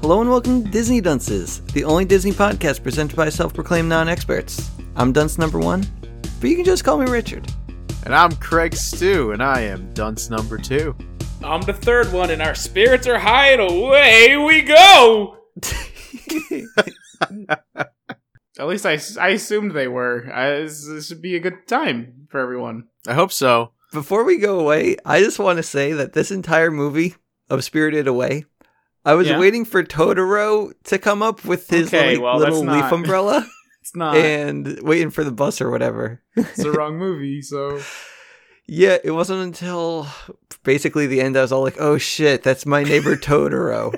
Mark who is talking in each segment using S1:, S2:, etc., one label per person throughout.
S1: Hello and welcome to Disney Dunces, the only Disney podcast presented by self proclaimed non experts. I'm Dunce number one, but you can just call me Richard.
S2: And I'm Craig Stew, and I am dunce number two.
S3: I'm the third one, and our spirits are high, and away we go. At least I, I assumed they were. I, this, this should be a good time for everyone.
S2: I hope so.
S1: Before we go away, I just want to say that this entire movie of Spirited Away, I was
S3: Yeah.
S1: waiting for Totoro to come up with his
S3: Okay,
S1: like,
S3: well, that's
S1: little leaf
S3: not-
S1: umbrella
S3: It's not.
S1: and waiting for the bus or whatever.
S3: it's the wrong movie. So
S1: Yeah, it wasn't until basically the end I was all like, oh shit, that's my neighbor Totoro.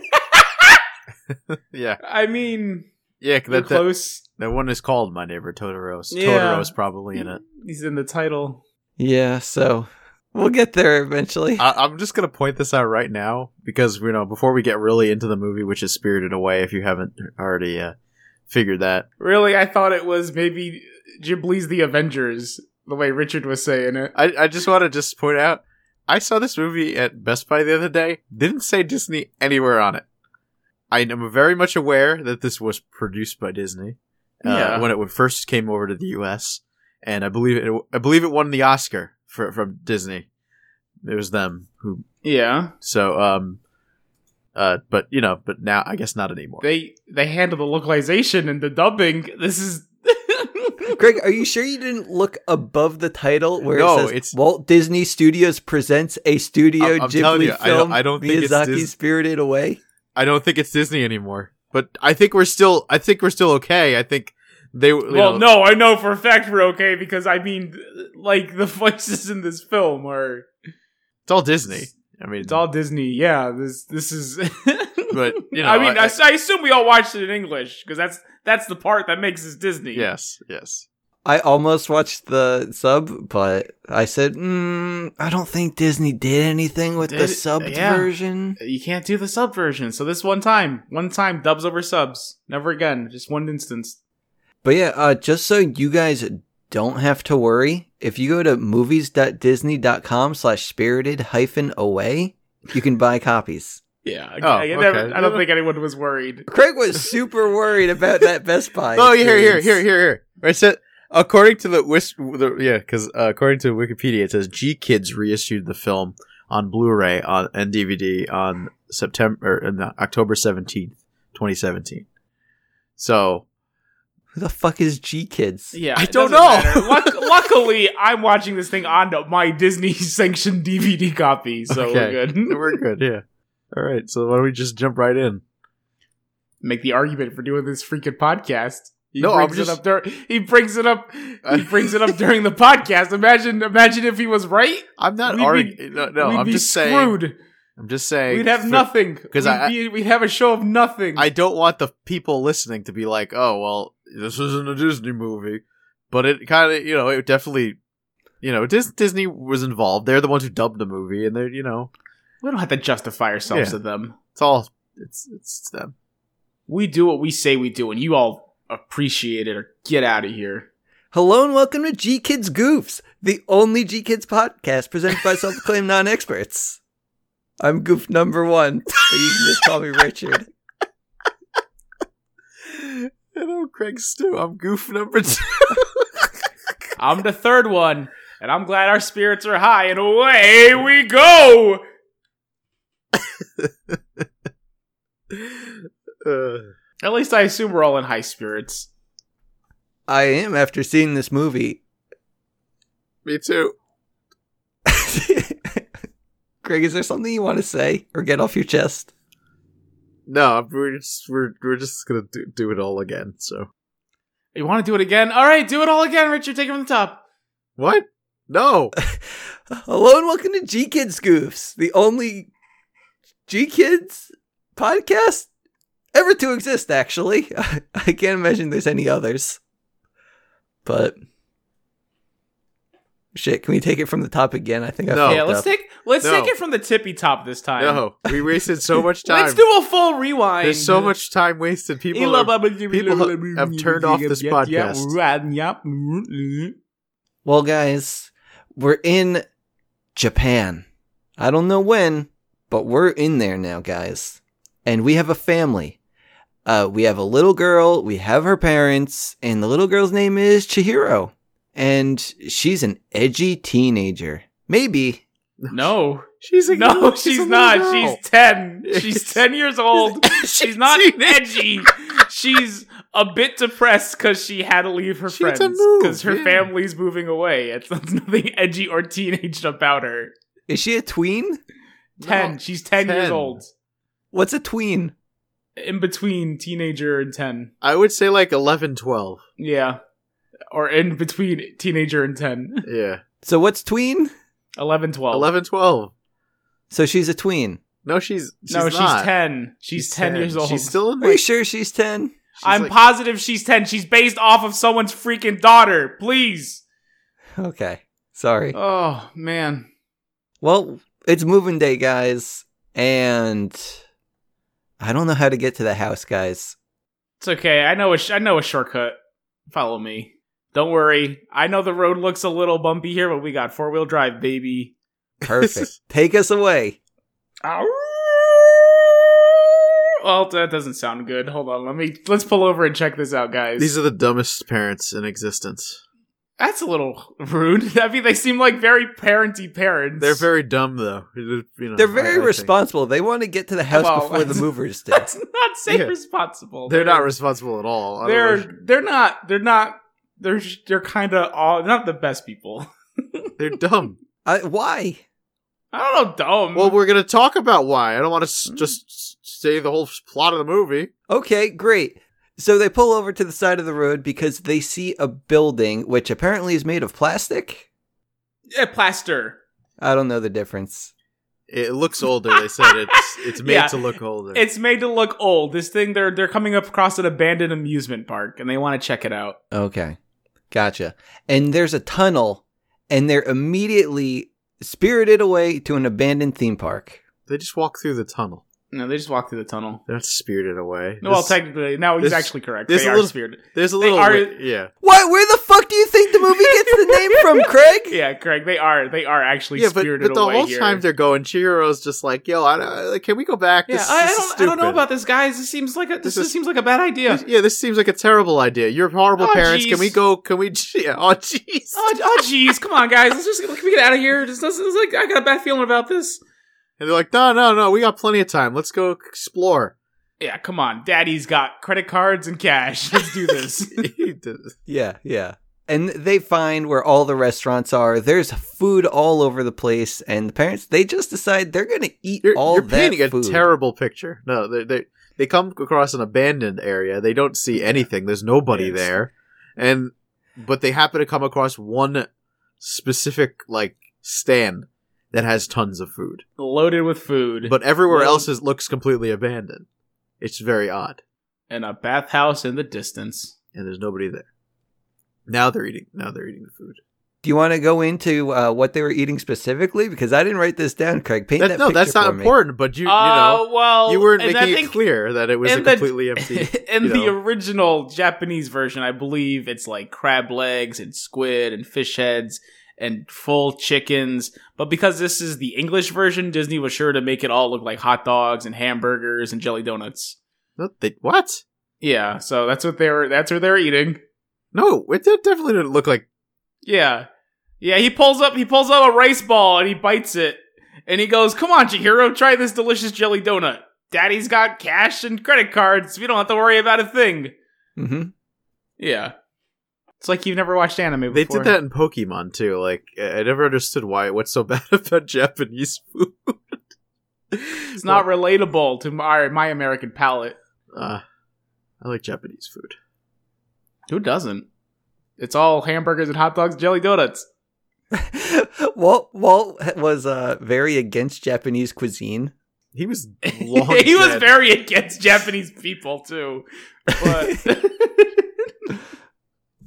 S2: Yeah,
S3: I mean,
S2: yeah.
S3: we're
S2: That, that,
S3: close.
S2: that one is called My Neighbor Totoro. S-
S3: Yeah.
S2: Totoro's probably in it.
S3: He's in the title.
S1: yeah, so we'll get there eventually.
S2: I, I'm just gonna point this out right now because you know before we get really into the movie, which is Spirited Away, if you haven't already uh, figured that.
S3: Really, I thought it was maybe Ghibli's The Avengers, the way Richard was saying it.
S2: I, I just want to just point out, I saw this movie at Best Buy the other day. Didn't say Disney anywhere on it. I am very much aware that this was produced by Disney uh,
S3: Yeah.
S2: when it w- first came over to the U.S. and I believe it. I believe it won the Oscar for, from Disney. It was them who.
S3: Yeah,
S2: So, um, uh, but you know, but now I guess not anymore.
S3: they they handle the localization and the dubbing. This is
S1: Greg, are you sure you didn't look above the title where
S2: No,
S1: it says
S2: it's-
S1: Walt Disney Studios presents a Studio
S2: I'm- I'm telling
S1: Ghibli
S2: you, I don't-
S1: film?
S2: I don't think it's
S1: Miyazaki
S2: Dis-
S1: Spirited Away.
S2: I don't think it's Disney anymore. But I think we're still. I think we're still okay. I think they. You
S3: Well,
S2: know,
S3: no, I know for a fact we're okay because I mean, like the voices in this film are
S2: it's all Disney. I mean,
S3: it's all Disney. Yeah, this this is.
S2: But, you know,
S3: I mean,
S2: I-
S3: I, I assume we all watched it in English because that's that's the part that makes us Disney.
S2: Yes, yes.
S1: I almost watched the sub, but I said, mm, I don't think Disney did anything with the
S3: Did-
S1: subbed
S3: yeah.
S1: version.
S3: you can't do the sub version. So this one time, one time, dubs over subs, never again. Just one instance.
S1: But yeah, uh, just so you guys don't have to worry, if you go to movies.disney.com slash spirited hyphen away, you can buy copies.
S3: Yeah, I,
S2: Oh,
S3: I, never-
S2: okay.
S3: I don't think anyone was worried.
S1: Craig was super worried about that Best Buy.
S2: Oh, here, here,
S1: experience.
S2: here, here, here. Right, so according to the, wis- the yeah, because uh, according to Wikipedia, it says G Kids reissued the film on Blu-ray on and DVD on September or in the, October seventeenth, twenty seventeen. So
S1: Who the fuck is G Kids?
S3: Yeah,
S2: I
S3: it
S2: don't
S3: doesn't
S2: know.
S3: matter. Luck- luckily, I'm watching this thing on my Disney sanctioned DVD copy, so
S2: Okay.
S3: we're good.
S2: we're good. Yeah. All right. So why don't we just jump right in?
S3: make the argument for doing this freaking podcast. He
S2: No, I'm
S3: brings
S2: just-
S3: it up. Dur- he brings it up. He brings it up during the podcast. Imagine, imagine if he was right.
S2: I'm not
S3: We'd be-
S2: arguing. No, no
S3: we'd
S2: I'm
S3: be
S2: just saying.
S3: screwed.
S2: I'm just saying.
S3: We'd have
S2: for-
S3: nothing
S2: 'cause
S3: We'd
S2: I-
S3: be- we'd have a show of nothing.
S2: I don't want the people listening to be like, "Oh, well, this isn't a Disney movie," but it kind of, you know, it definitely, you know, Dis- Disney was involved. They're the ones who dubbed the movie, and they're, you know,
S3: we don't have to justify ourselves
S2: Yeah.
S3: to them.
S2: it's all, it's it's them.
S3: We do what we say we do, and you all appreciate it or get out of here.
S1: Hello and welcome to G Kids Goofs, the only G Kids podcast presented by self proclaimed non experts. I'm goof number one, but you can just call me Richard.
S2: Hello, Craig Stew. I'm goof number two.
S3: I'm the third one, and I'm glad our spirits are high, and away we go.
S2: Uh,
S3: At least I assume we're all in high spirits.
S1: I am after seeing this movie.
S2: me too.
S1: Greg, is there something you want to say or get off your chest?
S2: No, we're just we're, we're just gonna do, do it all again. So
S3: You want to do it again? All right, do it all again, Richard. Take it from the top.
S2: what? No,
S1: Hello and welcome to G Kids Goofs, the only G Kids podcast ever to exist, actually. I can't imagine there's any others. But shit, can we take it from the top again? I think I
S2: No.
S1: fucked
S3: yeah, let's
S1: up.
S3: take let's
S2: No.
S3: take it from the tippy top this time.
S2: no, we wasted so much time.
S3: Let's do a full rewind.
S2: There's so much time wasted. People are, people ha- have turned off this podcast.
S3: podcast.
S1: Well, guys, we're in Japan. I don't know when, but we're in there now, guys. And we have a family. Uh, we have a little girl, we have her parents, and the little girl's name is Chihiro. And she's an edgy teenager. Maybe.
S3: No,
S2: she's a
S3: no,
S2: a
S3: she's
S2: little
S3: not.
S2: girl.
S3: She's ten. She's ten years old. She's not edgy. She's a bit depressed because she had to leave her
S2: She had
S3: friends
S2: to move,
S3: because her
S2: yeah.
S3: family's moving away. It's, there's nothing edgy or teenage about her.
S1: Is she a tween?
S3: Ten.
S2: No.
S3: She's ten, years
S2: 10.
S3: old.
S1: What's a tween?
S3: In between teenager and ten.
S2: I would say like 11, 12.
S3: Yeah. Or in between teenager and 10.
S2: Yeah,
S1: So, what's tween?
S3: 11, 12.
S2: 11, 12.
S1: So, she's a tween.
S2: No, she's, she's
S3: no, she's
S2: not.
S3: 10. She's, 10, years old.
S2: She's still in.
S1: Are you
S2: Like,
S1: sure she's 10?
S2: she's
S3: I'm
S2: like-
S3: positive she's 10. She's based off of someone's freaking daughter. Please.
S1: Okay. Sorry.
S3: Oh, man.
S1: Well, it's moving day, guys, and I don't know how to get to the house, guys.
S3: It's okay. I know a sh- I know a shortcut. Follow me. Don't worry. I know the road looks a little bumpy here, but we got four-wheel drive, baby.
S1: Perfect. Take us away.
S3: Ow. Well, that doesn't sound good. Hold on. Let me let's pull over and check this out, guys.
S2: These are the dumbest parents in existence.
S3: That's a little rude. I mean, they seem like very parenty parents.
S2: They're very dumb, though. You know,
S1: They're
S2: I-
S1: very
S2: I think.
S1: responsible. They want to get to the house
S3: Well,
S1: before the
S3: that's-
S1: movers do.
S3: That's not say
S2: Yeah.
S3: responsible.
S2: They're not responsible at all. I don't
S3: They're
S2: know.
S3: they're not. They're not. They're sh- they're kind of all not the best people.
S2: they're dumb.
S1: I, why?
S3: I don't know. Dumb.
S2: Well, we're gonna talk about why. I don't want to
S3: Mm.
S2: s- just s- say the whole s- plot of the movie.
S1: Okay, great. So they pull over to the side of the road because they see a building which apparently is made of plastic.
S3: yeah, plaster.
S1: I don't know the difference.
S2: It looks older. They said it's it's made
S3: Yeah.
S2: to look older.
S3: It's made to look old. This thing they're they're coming up across an abandoned amusement park and they want to check it out.
S1: Okay. Gotcha. And there's a tunnel, and they're immediately spirited away to an abandoned theme park.
S2: they just walk through the tunnel.
S3: No, they just walk through the tunnel.
S2: They're not spirited away.
S3: well,
S2: This-
S3: technically, no, he's
S2: this-
S3: actually correct.
S2: this
S3: They
S2: a
S3: are
S2: little-
S3: spirited.
S2: there's a
S3: they
S2: little.
S3: are-
S2: wi- yeah,
S1: What? Where the fuck do you think the movie gets the name from, Craig?
S3: Yeah, correct. They are. They are actually
S2: yeah, but,
S3: spirited
S2: but the
S3: away
S2: whole
S3: here.
S2: time they're going, Chihiro's just like, "Yo, I don't, like, can we go back?
S3: Yeah,
S2: This-
S3: I, I
S2: this is
S3: don't. I don't know
S2: stupid.
S3: about this, guys. This seems like a this,
S2: This
S3: just
S2: is-
S3: seems like a bad idea.
S2: This- Yeah, this seems like a terrible idea. You're horrible
S3: Oh,
S2: parents. Can we
S3: jeez.
S2: go? Can we? Yeah. Oh, jeez.
S3: Oh, oh, jeez, come on, guys. Let's just can we get out of here. Just this is like I got a bad feeling about this.
S2: And they're like, no, no, no, we got plenty of time. Let's go explore.
S3: Yeah, come on. Daddy's got credit cards and cash. Let's do this.
S2: He did it.
S1: Yeah, yeah. And they find where all the restaurants are. There's food all over the place, and the parents they just decide they're gonna eat
S2: you're
S1: all
S2: you're
S1: that
S2: painting a
S1: food.
S2: terrible picture. No, they, they they come across an abandoned area. They don't see anything. There's nobody
S3: Yes.
S2: there, and but they happen to come across one specific like stand that has tons of food.
S3: Loaded with food,
S2: But everywhere
S3: Well-
S2: else is, looks completely abandoned. It's very odd,
S3: and a bathhouse in the distance.
S2: and there's nobody there. Now they're eating. Now they're eating the food.
S1: Do you want to go into uh, what they were eating specifically? Because I didn't write this down, Craig. Paint
S2: That-
S1: that
S2: no,
S1: picture
S2: that's not
S1: for me.
S2: important. But you, you know,
S3: Oh well,
S2: you weren't
S3: and
S2: making
S3: I
S2: it
S3: think
S2: clear that it was a
S3: in the-
S2: completely empty.
S3: in
S2: you
S3: the
S2: know.
S3: original Japanese version, I believe it's like crab legs and squid and fish heads and full chickens. But because this is the English version, Disney was sure to make it all look like hot dogs and hamburgers and jelly donuts.
S2: no, they, what?
S3: Yeah, so that's what they were. That's what they were eating.
S2: No, it de- definitely didn't look like.
S3: Yeah, yeah. He pulls up. He pulls out a rice ball and he bites it. And he goes, "Come on, Chihiro, try this delicious jelly donut. Daddy's got cash and credit cards. We don't have to worry about a thing."
S1: hmm
S3: Yeah. It's like you've never watched anime
S2: They
S3: before.
S2: did that in Pokemon too. Like I I never understood why what's so bad about Japanese food.
S3: It's not relatable to my, my American palate.
S2: Uh, I like Japanese food.
S3: Who doesn't? It's all hamburgers and hot dogs, jelly donuts.
S1: Mm-hmm. Walt Walt was uh, very against Japanese cuisine.
S2: He was
S3: he
S2: long
S3: was
S2: dead.
S3: very against Japanese people too. But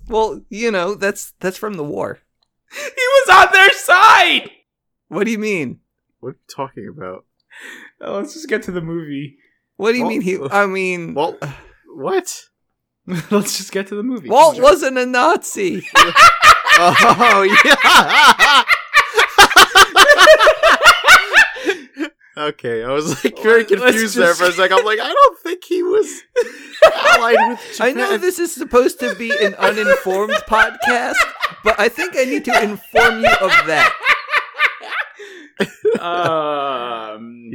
S1: Well, you know that's that's from the war.
S3: he was on their side.
S1: What do you mean?
S2: What are you talking about?
S3: Oh, let's just get to the movie.
S1: What do you
S2: Walt-
S1: mean he? I mean, Walt,
S2: Walt, what?
S3: let's just get to the movie.
S1: wasn't a Nazi.
S2: Oh yeah. okay, I was like very
S3: Let's
S2: confused there
S3: just-
S2: for a second. I'm like, I don't think he was allied with
S1: I
S2: Japan.
S1: know this is supposed to be an uninformed podcast, but I think I need to inform you of that.
S3: um,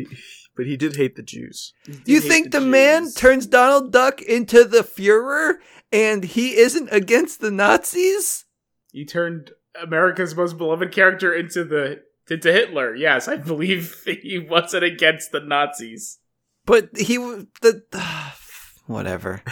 S2: but he did hate the Jews.
S1: You
S3: hate
S1: think the,
S3: the
S1: man
S3: Jews.
S1: turns Donald Duck into the Fuhrer and he isn't against the Nazis?
S3: he turned America's most beloved character into the into Hitler. Yes, I believe he wasn't against the Nazis.
S1: But he w- the whatever.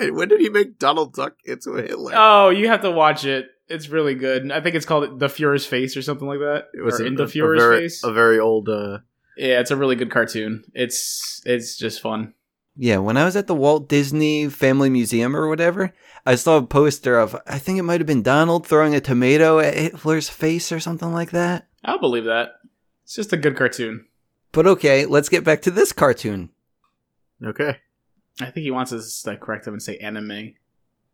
S2: And when did he make Donald Duck into a Hitler?
S3: Oh, you have to watch it. It's really good. I think it's called The Fuhrer's Face or something like that.
S2: it was
S3: or
S2: a,
S3: in The
S2: a
S3: Fuhrer's
S2: very,
S3: Face.
S2: a very old. Uh,
S3: yeah, it's a really good cartoon. It's it's just fun.
S1: Yeah, when I was at the Walt Disney Family Museum or whatever, I saw a poster of I think it might have been Donald throwing a tomato at Hitler's face or something like that.
S3: I'll believe that. It's just a good cartoon.
S1: But okay, let's get back to this cartoon.
S2: okay,
S3: I think he wants us to correct him and say anime.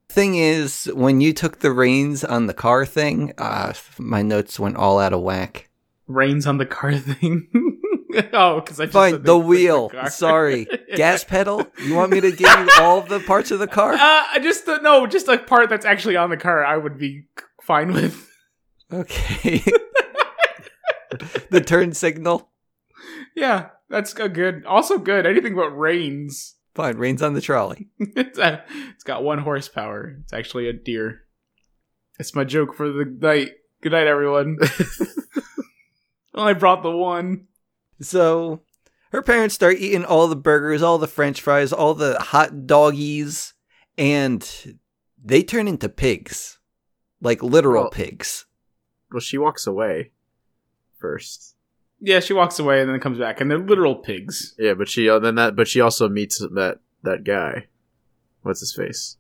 S1: Thing is, when you took the reins on the car thing, uh, my notes went all out of whack.
S3: Rains on the car thing. oh, because I just
S1: Fine,
S3: said
S1: the
S3: they-
S1: wheel.
S3: car.
S1: Sorry, gas pedal. You want me to give you all of the parts of the car?
S3: Uh, I just uh, no, just a part that's actually on the car. I would be c- fine with.
S1: Okay. the turn signal.
S3: Yeah, that's a good. Also good. Anything but rains.
S1: Fine, rains on the trolley.
S3: it's, a, it's got one horsepower. It's actually a deer. That's my joke for the night. Good night, everyone. Only brought the one.
S1: So her parents start eating all the burgers, all the french fries, all the hot doggies, and they turn into pigs. Like literal
S2: Well-
S1: pigs.
S2: well she walks away first.
S3: Yeah, she walks away and then comes back, and they're literal pigs.
S2: Yeah, but she uh, then that but she also meets that that guy. What's his face?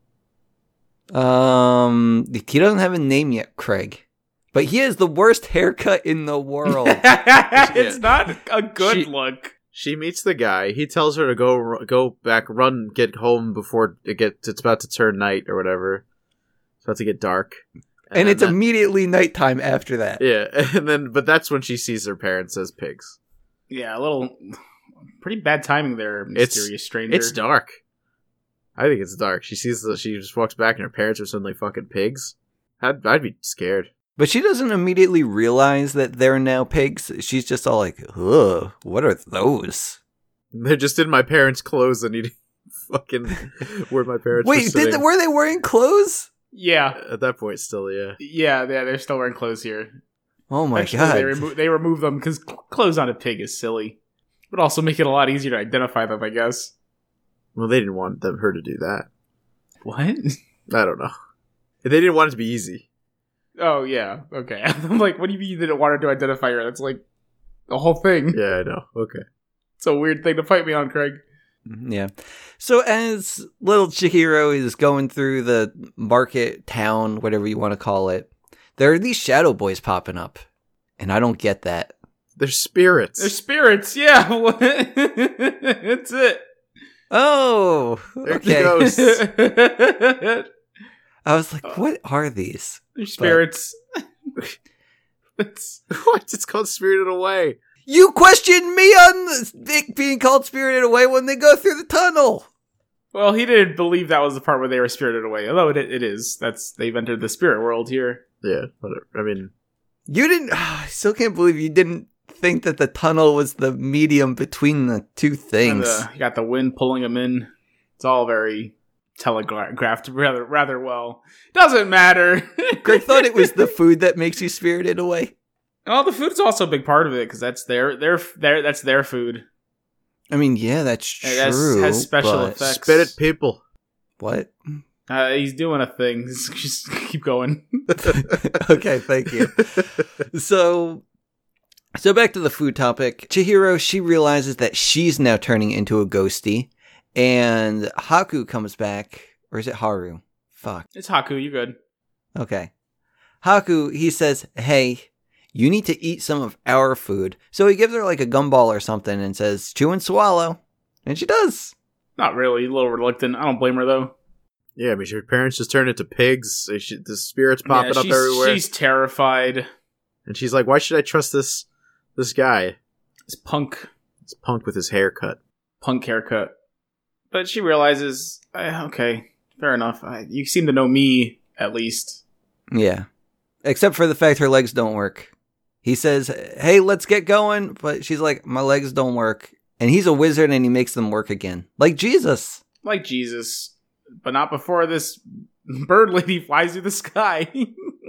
S1: Um he doesn't have a name yet, Craig. But he has the worst haircut in the world.
S3: it's not a good
S2: She-
S3: look.
S2: She meets the guy. He tells her to go go back, run, get home before it gets. It's about to turn night or whatever. It's about to get dark,
S1: and it's
S2: then
S1: immediately nighttime after that.
S2: that- yeah, and then but that's when she sees her parents as pigs.
S3: Yeah, a little. Pretty bad timing there,
S2: It's-
S3: mysterious stranger.
S2: It's dark. I think it's dark. She sees the. She just walks back, and her parents are suddenly fucking pigs. I'd, I'd be scared.
S1: But she doesn't immediately realize that they're now pigs. She's just all like, ugh, what are those?
S2: They're just in my parents' clothes and eating fucking where my parents. were
S1: Wait, did
S2: sitting.
S1: they, were they wearing clothes?
S3: Yeah,
S2: at that point still? Yeah.
S3: yeah, yeah. They're still wearing clothes here.
S1: Oh my
S3: Actually,
S1: god.
S3: they remove they remove them because clothes on a pig is silly. Would also make it a lot easier to identify them, I guess.
S2: Well, they didn't want them her to do that.
S3: What?
S2: I don't know. They didn't want it to be easy.
S3: Oh yeah, okay. I'm like, what do you mean you didn't want her to identify her? That's like the whole thing.
S2: Yeah, I know. Okay.
S3: It's a weird thing to fight me on, Craig.
S1: Mm-hmm, Yeah. So as little Chihiro is going through the market town, whatever you want to call it, there are these shadow boys popping up. And I don't get that.
S2: They're spirits.
S3: They're spirits, yeah. That's it.
S1: Oh,
S2: They're
S1: okay.
S2: ghosts.
S3: They're
S1: I was like, what are these?
S3: spirits. It's
S2: what? It's called Spirited Away.
S1: You question me on this- it being called spirited away when they go through the tunnel.
S3: well, he didn't believe that was the part where they were spirited away. Although it, it is. That's they've entered the spirit world here.
S2: Yeah, whatever. I mean,
S1: You didn't. I still can't believe you didn't think that the tunnel was the medium between the two
S3: And,
S1: things.
S3: uh, you got the wind pulling them in. It's all very telegraphed rather rather well. Doesn't matter.
S1: Greg thought it was the food that makes you spirited away.
S3: Well, the food's also a big part of it because that's their their their that's their food.
S1: I mean, yeah, that's
S3: It
S1: true.
S3: has- has special
S1: but-
S3: effects. Sex.
S2: Spit it, people.
S1: What?
S3: Uh, he's doing a thing. Just keep going.
S1: okay, thank you. so so back to the food topic. Chihiro, she realizes that she's now turning into a ghosty, and Haku comes back, or is it Haru? Fuck.
S3: It's Haku. You good?
S1: Okay. Haku, he says, Hey, you need to eat some of our food. So he gives her like a gumball or something and says, Chew and swallow. And she does.
S3: Not really. A little reluctant. I don't blame her though.
S2: Yeah, I mean, your parents just turned into pigs. They should- the spirits popping
S3: Yeah,
S2: up
S3: she's-
S2: everywhere,
S3: She's terrified.
S2: and she's like, "Why should I trust this this guy?
S3: It's punk
S2: This punk with his haircut."
S3: punk haircut. But she realizes, eh, okay, fair enough. I, you seem to know me at least.
S1: Yeah. Except for the fact her legs don't work. He says, Hey, let's get going. But she's like, My legs don't work. And he's a wizard and he makes them work again. Like Jesus.
S3: like Jesus, but not before this bird lady flies through the sky.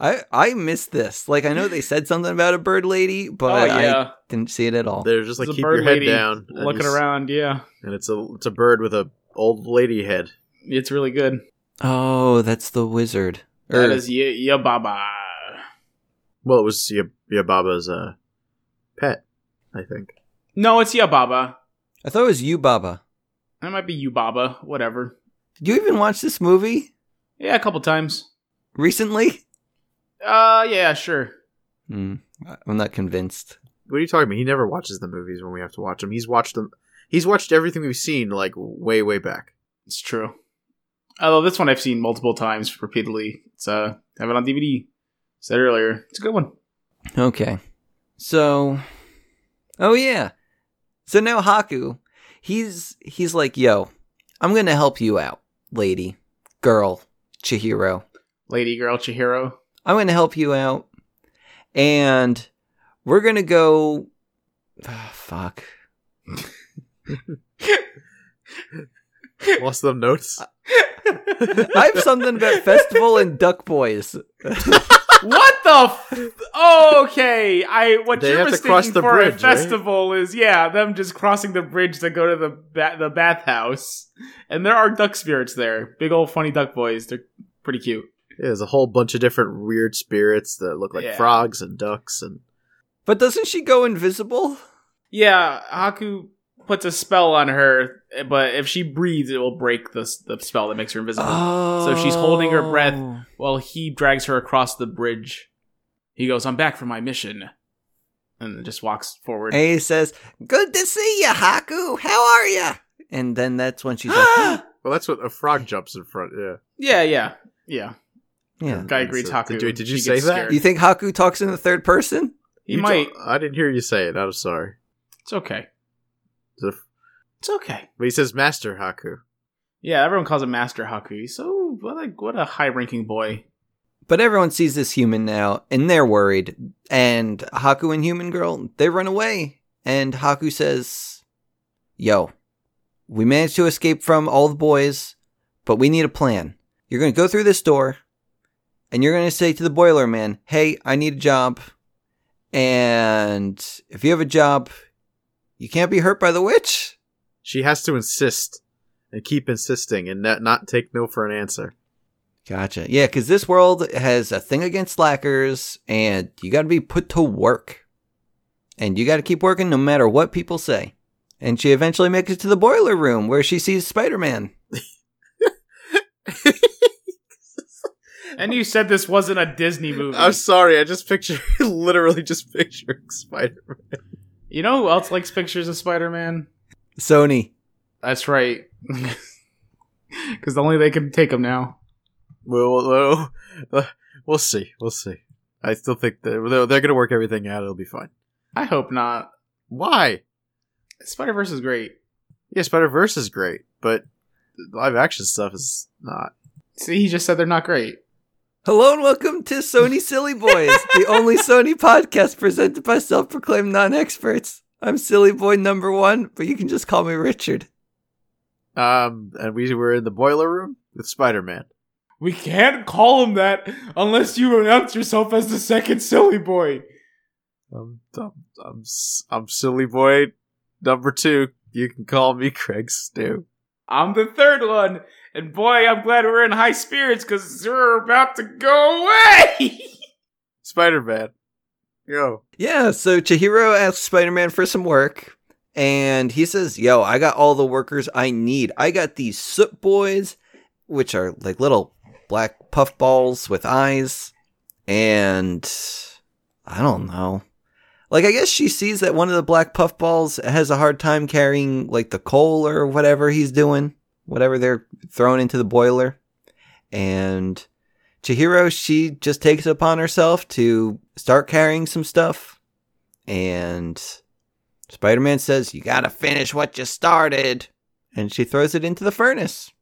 S1: I, I missed this. Like, I know they said something about a bird lady,
S3: oh
S1: but
S3: yeah,
S1: I didn't see it at all.
S2: They're just like,
S3: It's a
S2: "Keep
S3: bird
S2: your head
S3: lady
S2: down." and
S3: looking
S2: you s-
S3: around, yeah,
S2: and it's a it's a bird with a old lady head.
S3: it's really good.
S1: Oh, that's the wizard. Er,
S3: That
S1: Or-
S3: is ya ya baba.
S2: Well, it was your Yababa's uh, pet, I think.
S3: No, it's ya baba.
S1: I thought it was you, Baba.
S3: That might be you baba. Whatever.
S1: Did you even watch this movie?
S3: Yeah, a couple times.
S1: recently? Hmm.
S3: Uh, yeah, sure.
S1: I'm not convinced.
S2: What are you talking about? He never watches the movies when we have to watch them. He's watched them. He's watched everything we've seen like way way back.
S3: It's true. Although this one I've seen multiple times repeatedly. It's uh, I have it on DVD. Said earlier, it's a good one.
S1: Okay. So Oh yeah. So now Haku, he's he's like, "Yo, I'm going to help you out, lady, girl, Chihiro.
S3: Lady Girl Chihiro.
S1: I'm going to help you out and we're going to go Ah, fuck.
S2: Lost them notes.
S3: Uh,
S1: I have something about festival and duck boys.
S3: What the? F- okay, I what
S2: They
S3: you
S2: have
S3: were
S2: to cross
S3: thinking
S2: the
S3: for
S2: bridge,
S3: a
S2: right?
S3: festival is yeah, them just crossing the bridge to go to the ba- the bathhouse, and there are duck spirits there, big old funny duck boys. They're pretty cute.
S2: Yeah, there's a whole bunch of different weird spirits that look like
S3: Yeah.
S2: frogs and ducks and
S1: But doesn't she go invisible?
S3: Yeah, Haku puts a spell on her, but if she breathes, it will break the s- the spell that makes her invisible.
S2: Uh.
S1: Oh.
S3: if she's holding her breath- While he drags her across the bridge, he goes, "I'm back for my mission," and then just walks forward.
S1: And he says, Good to see you, Haku. How are you? And then that's when she's like,
S2: Well, that's what a frog jumps in front. Yeah.
S3: yeah, yeah, yeah.
S1: Yeah.
S3: Guy agrees.
S2: So,
S3: Haku.
S2: did you- did you
S3: He
S2: say
S3: gets
S2: that?
S3: scared.
S1: You think Haku talks in the third person?
S3: He
S2: You
S3: might.
S2: don't- I didn't hear you say it. I'm sorry.
S3: It's okay.
S2: It's a f-
S3: It's okay.
S2: But he says Master Haku.
S3: Yeah, everyone calls him Master Haku. He's so what a what a high ranking boy.
S1: But everyone sees this human now and they're worried. And Haku and Human Girl, they run away. And Haku says, Yo, we managed to escape from all the boys, but we need a plan. You're going to go through this door and you're going to say to the boiler man, Hey, I need a job. And if you have a job, you can't be hurt by the witch.
S2: She has to insist and keep insisting and not, not take no for an answer.
S1: Gotcha. Yeah, because this world has a thing against slackers, and you got to be put to work. And you got to keep working no matter what people say. And she eventually makes it to the boiler room where she sees Spider Man.
S3: And you said this wasn't a Disney movie.
S2: I'm sorry. I just picture literally just picturing Spider.
S3: you know who else likes pictures of Spider Man?
S1: Sony.
S3: That's right. Because only they can take him now.
S2: We'll, we'll, uh, we'll see. We'll see. I still think that they're, they're going to work everything out. It'll be fine.
S3: I hope not.
S2: Why?
S3: Spider Verse is great.
S2: Yeah, Spider Verse is great, but live action stuff is not.
S3: See, he just said they're not great.
S1: Hello and welcome to Sony Silly Boys, the only Sony podcast presented by self proclaimed non experts. I'm Silly Boy number one, but you can just call me Richard.
S2: Um, and we were in the boiler room with Spider Man.
S3: We can't call him that unless you announce yourself as the second silly boy. Um,
S2: I'm, I'm, I'm, s- I'm silly boy number two. You can call me Craig Stew.
S3: I'm the third one, and boy, I'm glad we're in high spirits because we're about to go away.
S2: Spider Man. Yo.
S1: Yeah, so Chihiro asks Spider Man for some work, and he says, Yo, I got all the workers I need. I got these soot boys, which are like little black puff balls with eyes, and I don't know. Like, I guess she sees that one of the black puff balls has a hard time carrying, like, the coal or whatever he's doing, whatever they're throwing into the boiler. And Chihiro, she just takes it upon herself to start carrying some stuff. And Spider Man says, You gotta finish what you started. And she throws it into the furnace.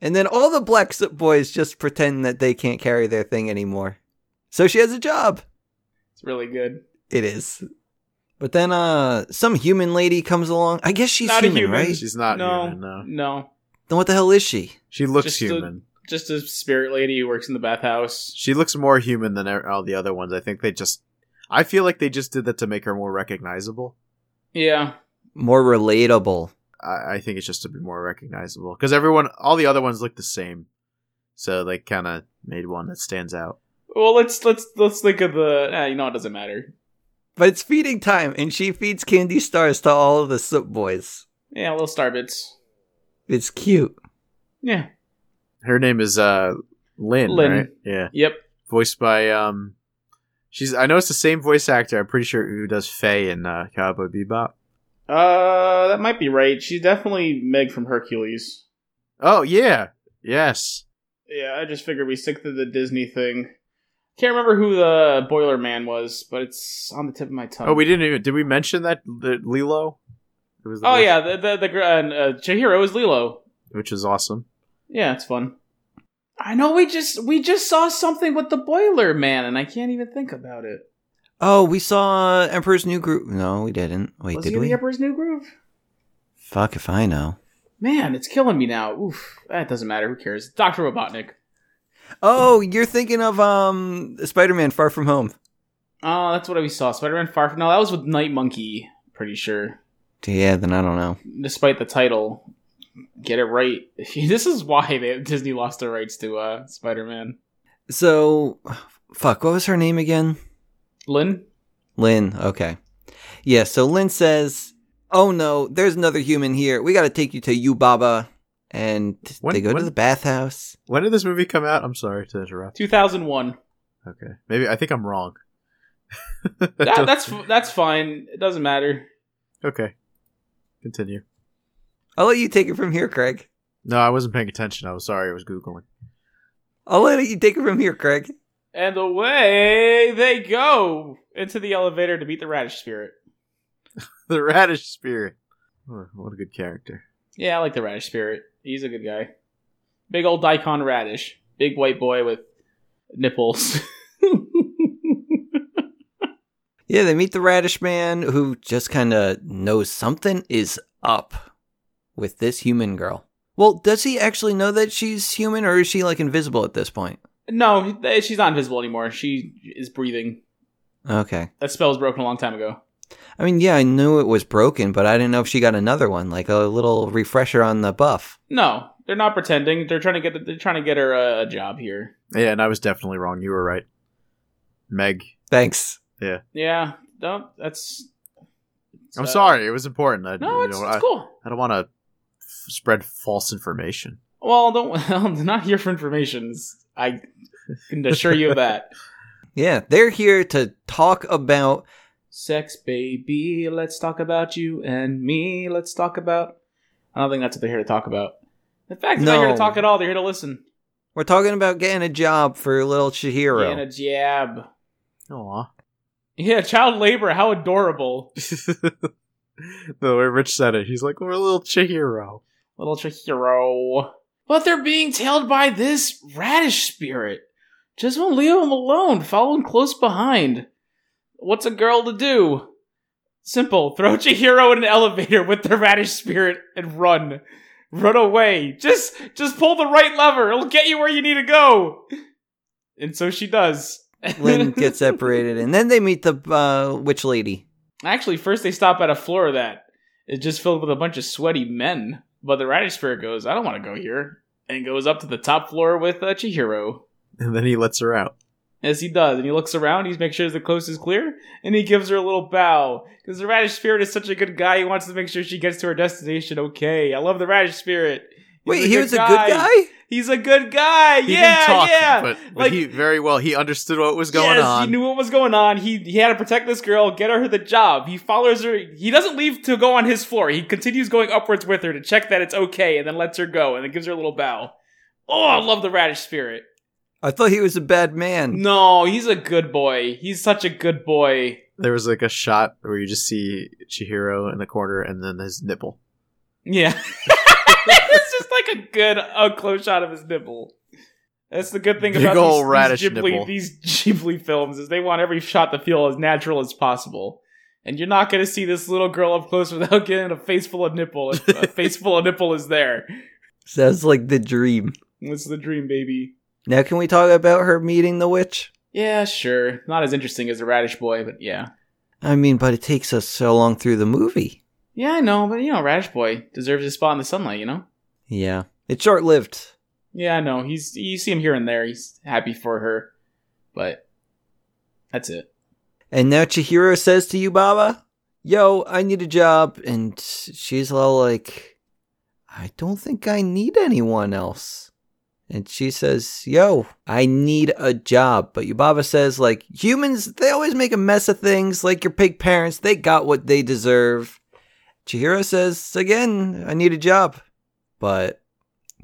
S1: And then all the Black Soot Boys just pretend that they can't carry their thing anymore. So she has a job.
S3: it's really good.
S1: It is. But then uh some human lady comes along. I guess she's
S3: Not a
S1: human,
S3: human.
S1: right?
S2: She's not
S3: no,
S2: human, no.
S3: no,
S1: Then what the hell is she?
S2: She looks
S3: Just a-
S2: human.
S3: just a spirit lady who works in the bathhouse.
S2: She looks more human than e- all the other ones. I think they just. I feel like they just did that to make her more recognizable.
S3: Yeah,
S1: More relatable.
S2: I, I think it's just to be more recognizable because everyone, all the other ones look the same, so they kind of made one that stands out.
S3: Well, let's let's let's think of the. Ah, you know, it doesn't matter.
S1: But it's feeding time, and she feeds candy stars to all of the soot boys.
S3: Yeah, little star bits.
S1: It's cute.
S3: Yeah.
S2: Her name is uh Lynn,
S3: Lynn.
S2: right? Yeah,
S3: Yep.
S2: voiced by um, she's. I know it's the same voice actor. I'm pretty sure who does Faye in uh, Cowboy Bebop.
S3: Uh, that might be right. She's definitely Meg from Hercules.
S2: Oh yeah, yes.
S3: Yeah, I just figured we stick to the Disney thing. Can't remember who the Boiler Man was, but it's on the tip of my tongue.
S2: Oh, we didn't even. Did we mention that the Lilo? It was the
S3: Oh
S2: voice-
S3: yeah, the the, the gr- and, uh, Chihiro is Lilo.
S2: which was awesome.
S3: Yeah, it's fun. I know we just we just saw something with the Boiler Man, and I can't even think about it.
S1: Oh, we saw Emperor's New Groove. No, we didn't. Wait,
S3: was
S1: did
S3: he in
S1: we?
S3: the Emperor's New Groove?
S1: Fuck if I know.
S3: Man, it's killing me now. Oof, that doesn't matter. Who cares? Doctor Robotnik.
S1: Oh, you're thinking of um Spider-Man Far From Home.
S3: Oh, that's what we saw. Spider-Man Far From. No, that was with Night Monkey. Pretty sure.
S1: Yeah, then I don't know.
S3: Despite the title, get it right. this is why they, Disney lost their rights to uh, Spider-Man.
S1: So, fuck. What was her name again?
S3: Lynn.
S1: Lynn. Okay. Yeah. So Lynn says, "Oh no, there's another human here. We got to take you to Yubaba." And
S2: When-
S1: they go
S2: when-
S1: to the bathhouse.
S2: When did this movie come out? I'm sorry to interrupt.
S3: 2001.
S2: Okay, maybe I think I'm wrong.
S3: That, that's that's fine. It doesn't matter.
S2: okay. Continue.
S1: I'll let you take it from here, Craig.
S2: No, I wasn't paying attention. I was sorry. I was googling.
S1: I'll let you take it from here, Craig.
S3: And away they go into the elevator to meet the radish spirit.
S2: The radish spirit. Oh, what a good character.
S3: Yeah, I like the radish spirit. He's a good guy. Big old daikon radish. Big white boy with nipples.
S1: Yeah, they meet the Radish Man who just kind of knows something is up with this human girl. Well, does he actually know that she's human or is she like invisible at this point?
S3: no, th- she's not invisible anymore. She is breathing.
S1: Okay.
S3: That spell was broken a long time ago.
S1: I mean, yeah, I knew it was broken, but I didn't know if she got another one, like a little refresher on the buff.
S3: No, they're not pretending. They're trying to get they're trying to get her uh, a job here.
S2: Yeah, and I was definitely wrong. You were right. Meg.
S1: Thanks.
S3: Yeah, no, that's.
S2: I'm
S3: uh,
S2: sorry. It was important. I,
S3: No,
S2: you
S3: it's,
S2: know,
S3: it's
S2: I,
S3: cool.
S2: I don't want to f- spread false information.
S3: Well, don't I'm not here for information. I can assure you of that.
S1: Yeah, they're here to talk about.
S3: Sex, baby, let's talk about you and me. Let's talk about. I don't think that's what they're here to talk about. In fact, they're not here
S1: No.
S3: to talk at all. They're here to listen.
S1: We're talking about getting a job for little Chihiro.
S3: And a jab.
S2: Aw.
S3: Yeah, child labor. How adorable,
S2: the way Rich said it, he's like, we're a little Chihiro.
S3: little Chihiro. But they're being tailed by this radish spirit. Just won't leave them alone. Following close behind. What's a girl to do? Simple. Throw Chihiro in an elevator with the radish spirit and run. Run away. Just just pull the right lever. It'll get you where you need to go. And so she does.
S1: Lynn gets separated, and then they meet the uh, witch lady.
S3: Actually, first they stop at a floor that is just filled with a bunch of sweaty men. But the rider spirit goes, I don't want to go here. And goes up to the top floor with uh, Chihiro.
S2: And then he lets her out.
S3: As he does, and he looks around, he makes sure the coast is clear, and he gives her a little bow. Because the Radish Spirit is such a good guy, he wants to make sure she gets to her destination okay. I love the Radish Spirit. He's
S1: Wait, he was a good guy.
S3: He's a good guy.
S2: He
S3: yeah,
S2: didn't talk,
S3: yeah.
S2: but, but
S3: Like-
S2: he very well he understood what was going
S3: yes,
S2: on.
S3: He knew what was going on. He he had to protect this girl, get her the job. He follows her. He doesn't leave to go on his floor. He continues going upwards with her to check that it's okay, and then lets her go, and then gives her a little bow. Oh, I love the radish spirit.
S1: I thought he was a bad man.
S3: No, he's a good boy. He's such a good boy.
S2: there was like a shot where you just see Chihiro in the corner and then his nipple.
S3: Yeah. it's just like a good up close shot of his nipple. That's the good thing
S2: Big
S3: about
S2: ol'
S3: these,
S2: radish
S3: these, Ghibli,
S2: nipple.
S3: these Ghibli films is they want every shot to feel as natural as possible. And you're not going to see this little girl up close without getting a face full of nipple. If a face full of nipple is there.
S1: Sounds like the dream.
S3: That's the dream, baby.
S1: Now, can we talk about her meeting the witch?
S3: Yeah, sure. Not as interesting as a radish boy, but yeah.
S1: I mean, but it takes us so long through the movie.
S3: Yeah, I know, but you know, radish boy deserves a spot in the sunlight, you know?
S1: Yeah, it's short lived.
S3: Yeah, I know. He's you see him here and there. He's happy for her. But that's it.
S1: And now Chihiro says to Yubaba, Yo, I need a job. And she's all like, I don't think I need anyone else. And she says, Yo, I need a job. But Yubaba says, like, humans, they always make a mess of things. Like your pig parents, they got what they deserve. Chihiro says, Again, I need a job. But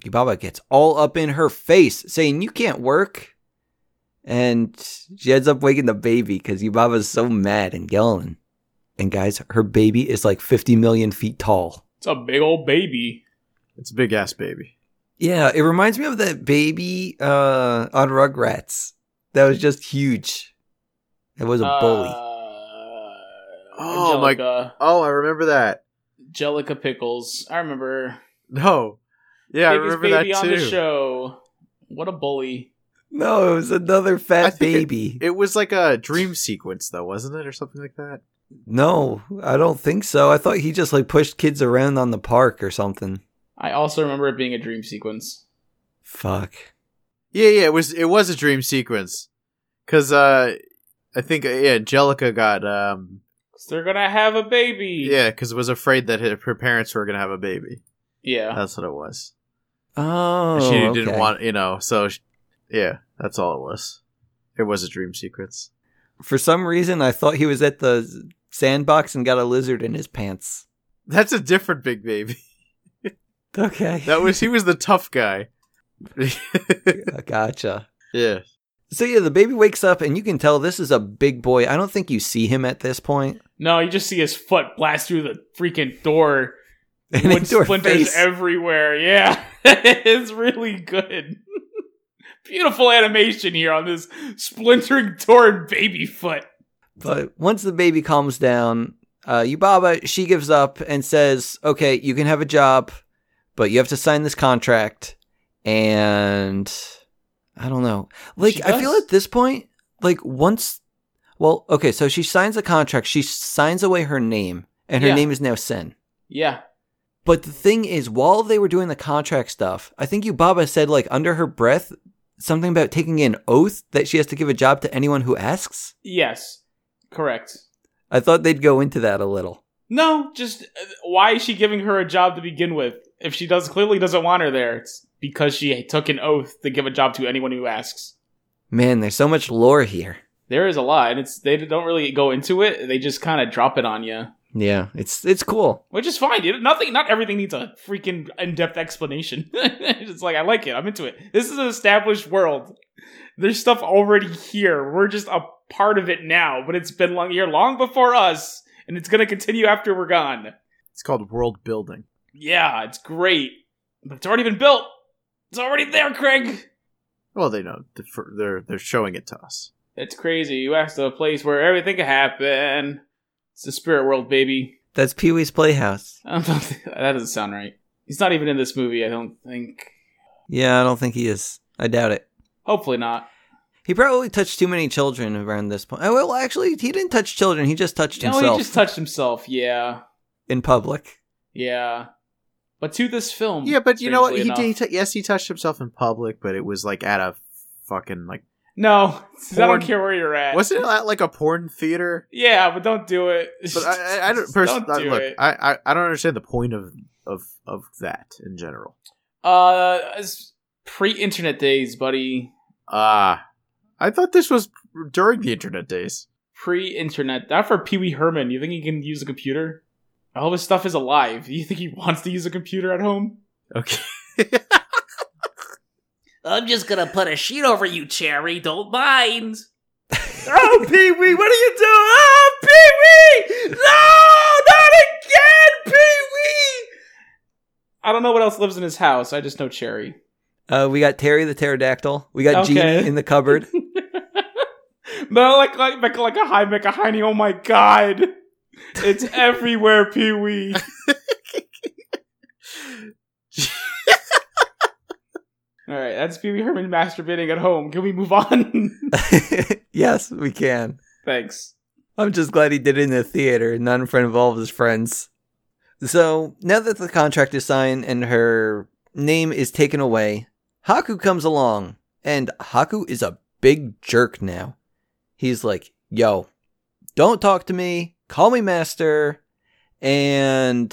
S1: Yubaba gets all up in her face, saying, You can't work and she ends up waking the baby because Yubaba's so mad and yelling. And guys, her baby is like 50 million feet tall.
S3: It's a big old baby.
S2: It's a big ass baby.
S1: Yeah, it reminds me of that baby uh, on Rugrats that was just huge. It was a bully.
S2: Uh. Oh, my-
S3: Uh, Angelica,
S2: Oh, I remember that.
S3: Angelica Pickles. I remember.
S2: No. Yeah, I
S3: Biggest
S2: remember
S3: baby
S2: that
S3: on
S2: too.
S3: the show. What a bully.
S1: No, it was another
S2: I
S1: fat
S2: think it-
S1: baby.
S2: It was like a dream sequence though, wasn't it? Or something like that.
S1: no, I don't think so. I thought he just like pushed kids around on the park or something.
S3: I also remember it being a dream sequence.
S1: Fuck.
S2: Yeah, yeah, it was it was a dream sequence. Cause uh I think uh, yeah, Angelica got um
S3: 'Cause they're gonna have a baby.
S2: yeah, because was afraid that her, her parents were gonna have a baby.
S3: Yeah.
S2: That's what it was.
S1: Oh,
S2: she didn't
S1: okay.
S2: want you know so sh yeah that's all it was it was a dream sequence
S1: For some reason, I thought he was at the sandbox and got a lizard in his pants.
S2: that's a different big baby
S1: Okay.
S2: that was he was the tough guy
S1: gotcha.
S2: yeah
S1: So, yeah, the baby wakes up, and you can tell this is a big boy. I don't think you see him at this point.
S3: No, you just see his foot blast through the freaking door.
S1: And
S3: Wood
S1: into her
S3: splinters
S1: face.
S3: everywhere. Yeah, it's really good. Beautiful animation here on this splintering door and baby foot.
S1: But once the baby calms down, uh, Yubaba, she gives up and says, okay, you can have a job, but you have to sign this contract. And I don't know. Like,
S3: She
S1: I feel
S3: does?
S1: at this point, like, once, well, okay, so she signs the contract, she signs away her name, and her
S3: Yeah.
S1: name is now Sen.
S3: Yeah,
S1: But the thing is, while they were doing the contract stuff, I think Yubaba said, like, under her breath, something about taking an oath that she has to give a job to anyone who asks.
S3: Yes, correct.
S1: I thought they'd go into that a little.
S3: No, just uh, why is she giving her a job to begin with? If she does clearly doesn't want her there, it's because she took an oath to give a job to anyone who asks.
S1: Man, there's so much lore here.
S3: There is a lot, and it's they don't really go into it. They just kind of drop it on you,
S1: Yeah, it's it's cool.
S3: which is fine. Dude. Nothing, not everything needs a freaking in-depth explanation. it's like I like it. I'm into it. This is an established world. There's stuff already here. We're just a part of it now, but it's been long here long before us, and it's gonna continue after we're gone.
S2: it's called world building
S3: Yeah, it's great. But it's already been built. It's already there, Craig.
S2: well they know the fir- they're they're showing it to us
S3: It's crazy. You asked the place where everything could happen. It's the spirit world, baby.
S1: That's Pee Wee's Playhouse.
S3: Um, that doesn't sound right. He's not even in this movie, I don't think.
S1: Yeah, I don't think he is. I doubt it.
S3: Hopefully not.
S1: He probably touched too many children around this point. Oh, well, actually, he didn't touch children. He just touched
S3: No,
S1: himself
S3: he just touched himself. Yeah,
S1: in public.
S3: yeah. But to this film,
S2: Yeah, but you know what? He
S3: strangely
S2: did. He
S3: enough.
S2: t- yes, he touched himself in public, but it was like at a fucking like
S3: no, 'cause I
S2: Porn-
S3: don't care where you're at.
S2: wasn't it at like a porn theater?
S3: Yeah, but don't do it.
S2: But I, I, I don't personally
S3: don't do
S2: look.
S3: it.
S2: I, I I don't understand the point of of of that in general.
S3: uh, it's pre-internet days, buddy.
S2: Ah, I thought this was during the internet days.
S3: Pre-internet. Not for Pee Wee Herman. You think he can use a computer? All this stuff is alive. Do you think he wants to use a computer at home?
S2: Okay.
S4: I'm just gonna put a sheet over you, Cherry. Don't mind.
S3: Oh, Pee Wee, what are you doing? Oh, Pee Wee! No, not again, Pee Wee! I don't know what else lives in his house. I just know Cherry.
S1: Uh, we got Terry the pterodactyl. We got
S3: Okay.
S1: Genie in the cupboard.
S3: No, like like like, like a high make a hiney. Oh my god, it's everywhere, Pee Wee. All right, that's Pee Wee Herman masturbating at home. Can we move on?
S1: yes, we can.
S3: Thanks.
S1: I'm just glad he did it in the theater, and not in front of all of his friends. So now that the contract is signed and her name is taken away, Haku comes along, and Haku is a big jerk now. He's like, "Yo, don't talk to me. Call me master." And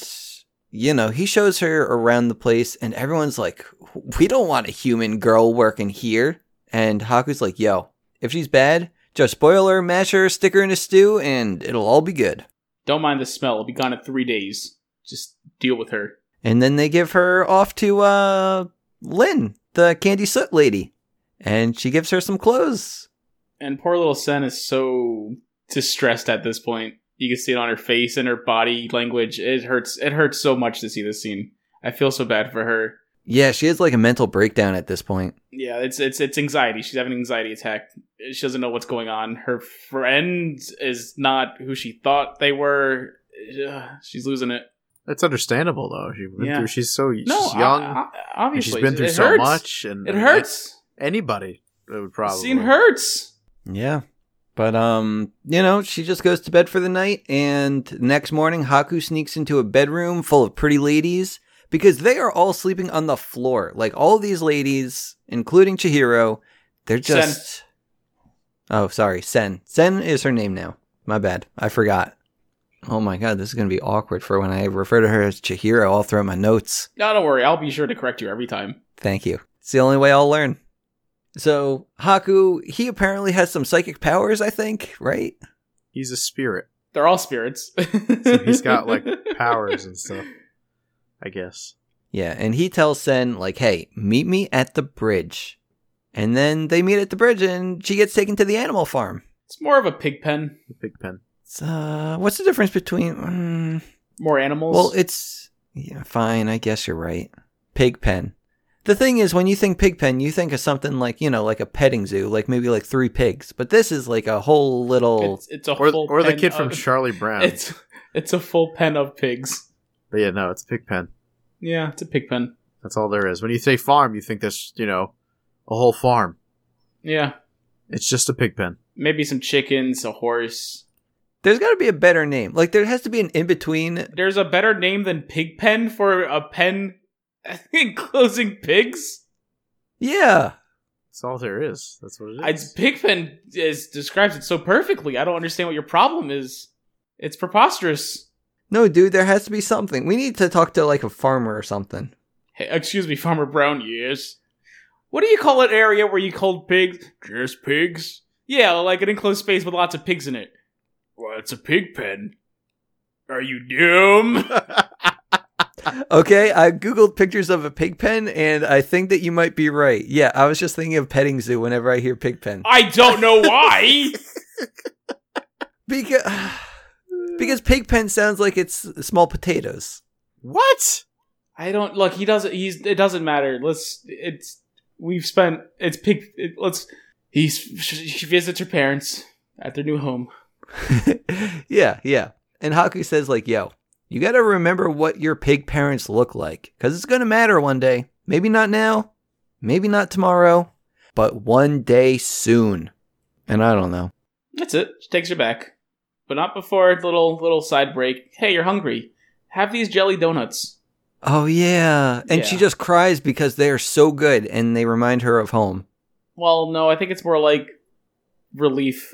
S1: you know, he shows her around the place, and everyone's like, "We don't want a human girl working here." And Haku's like, "Yo, if she's bad, just spoil her, mash her, stick her in a stew, and it'll all be good.
S3: Don't mind the smell. It'll be gone in three days. Just deal with her.
S1: And then they give her off to uh Lynn, the candy soot lady. And she gives her some clothes.
S3: And poor little Sen is so distressed at this point. You can see it on her face and her body language. It hurts. It hurts so much to see this scene. I feel so bad for her.
S1: Yeah, she has like a mental breakdown at this point.
S3: Yeah, it's it's it's anxiety. She's having an anxiety attack. She doesn't know what's going on. Her friend is not who she thought they were. Ugh, She's losing it.
S2: That's understandable though. She went
S3: Yeah.
S2: through. She's so
S3: No,
S2: she's young.
S3: o- o-
S2: and she's
S3: obviously
S2: been through
S3: It
S2: so
S3: hurts.
S2: much, and
S3: It hurts.
S2: Anybody it would probably
S3: Scene hurts.
S1: Yeah. But um, you know, she just goes to bed for the night and next morning Haku sneaks into a bedroom full of pretty ladies because they are all sleeping on the floor. Like all these ladies, including Chihiro, they're
S3: Sen.
S1: just Oh, sorry, Sen. Sen is her name now. My bad. I forgot. Oh my god, this is going to be awkward for when I refer to her as Chihiro all throughout my notes.
S3: No, don't worry. I'll be sure to correct you every time.
S1: Thank you. It's the only way I'll learn. So, Haku, he apparently has some psychic powers, I think, right?
S2: He's a spirit.
S3: They're all spirits.
S2: So he's got like powers and stuff. I guess.
S1: Yeah, and he tells Sen, like, hey, meet me at the bridge. And then they meet at the bridge and she gets taken to the animal farm.
S3: It's more of a pig pen.
S2: The big pen.
S1: So, uh, what's the difference between. mm,
S3: More animals.
S1: well, it's. Yeah, fine, I guess you're right. Pig pen. The thing is, when you think pig pen, you think of something like, you know, like a petting zoo, like maybe like three pigs. But this is like a whole little.
S3: it's, it's a
S2: Or,
S3: full
S2: or the
S3: pen
S2: kid from
S3: of-
S2: Charlie Brown.
S3: It's it's a full pen of pigs.
S2: But yeah, no, it's pig pen.
S3: Yeah, it's a pig pen.
S2: That's all there is. When you say farm, you think there's, you know, a whole farm.
S3: Yeah,
S2: It's just a pig pen.
S3: maybe some chickens, a horse.
S1: There's got to be a better name. Like, there has to be an in between.
S3: There's a better name than pig pen for a pen enclosing pigs.
S1: Yeah.
S2: That's all there is. That's what
S3: I,
S2: it is.
S3: pig pen is, describes it so perfectly. I don't understand what your problem is. It's preposterous.
S1: No, dude, there has to be something. We need to talk to like a farmer or something.
S3: Hey, excuse me, Farmer Brown. Yes. What do you call an area where you hold pigs? Just pigs. Yeah, like an enclosed space with lots of pigs in it. Well, it's a pig pen. Are you dumb?
S1: Okay, I googled pictures of a pig pen, and I think that you might be right. Yeah, I was just thinking of petting zoo whenever I hear pig pen
S3: I don't know why.
S1: because because pig pen sounds like it's small potatoes.
S2: what?
S3: I don't look. He doesn't. He's. It doesn't matter. Let's. It's. We've spent. It's pig. It, let's. He's. She visits her parents at their new home.
S1: yeah, yeah. And Haku says like, "Yo, You got to remember what your pig parents look like because it's going to matter one day. Maybe not now, maybe not tomorrow, but one day soon. And I don't know.
S3: That's it. She takes her back, but not before a little little side break. Hey, you're hungry? Have these jelly donuts.
S1: Oh, yeah. And she
S3: Yeah.
S1: just cries because they are so good and they remind her of home.
S3: Well, no, I think it's more like relief.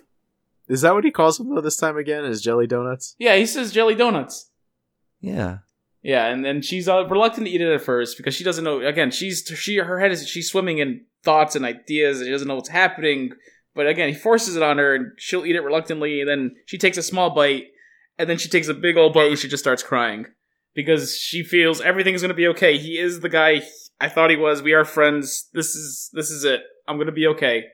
S2: Is that what he calls them though this time again? Is jelly donuts?
S3: Yeah, he says jelly donuts.
S1: Yeah.
S3: Yeah, and then she's uh, reluctant to eat it at first because she doesn't know. Again, she's she her head is she's swimming in thoughts and ideas, and she doesn't know what's happening. But again, he forces it on her, and she'll eat it reluctantly. And then she takes a small bite, and then she takes a big old bite, and she just starts crying because she feels everything's gonna be okay. He is the guy I thought he was. We are friends. This is this is it. I'm gonna be okay.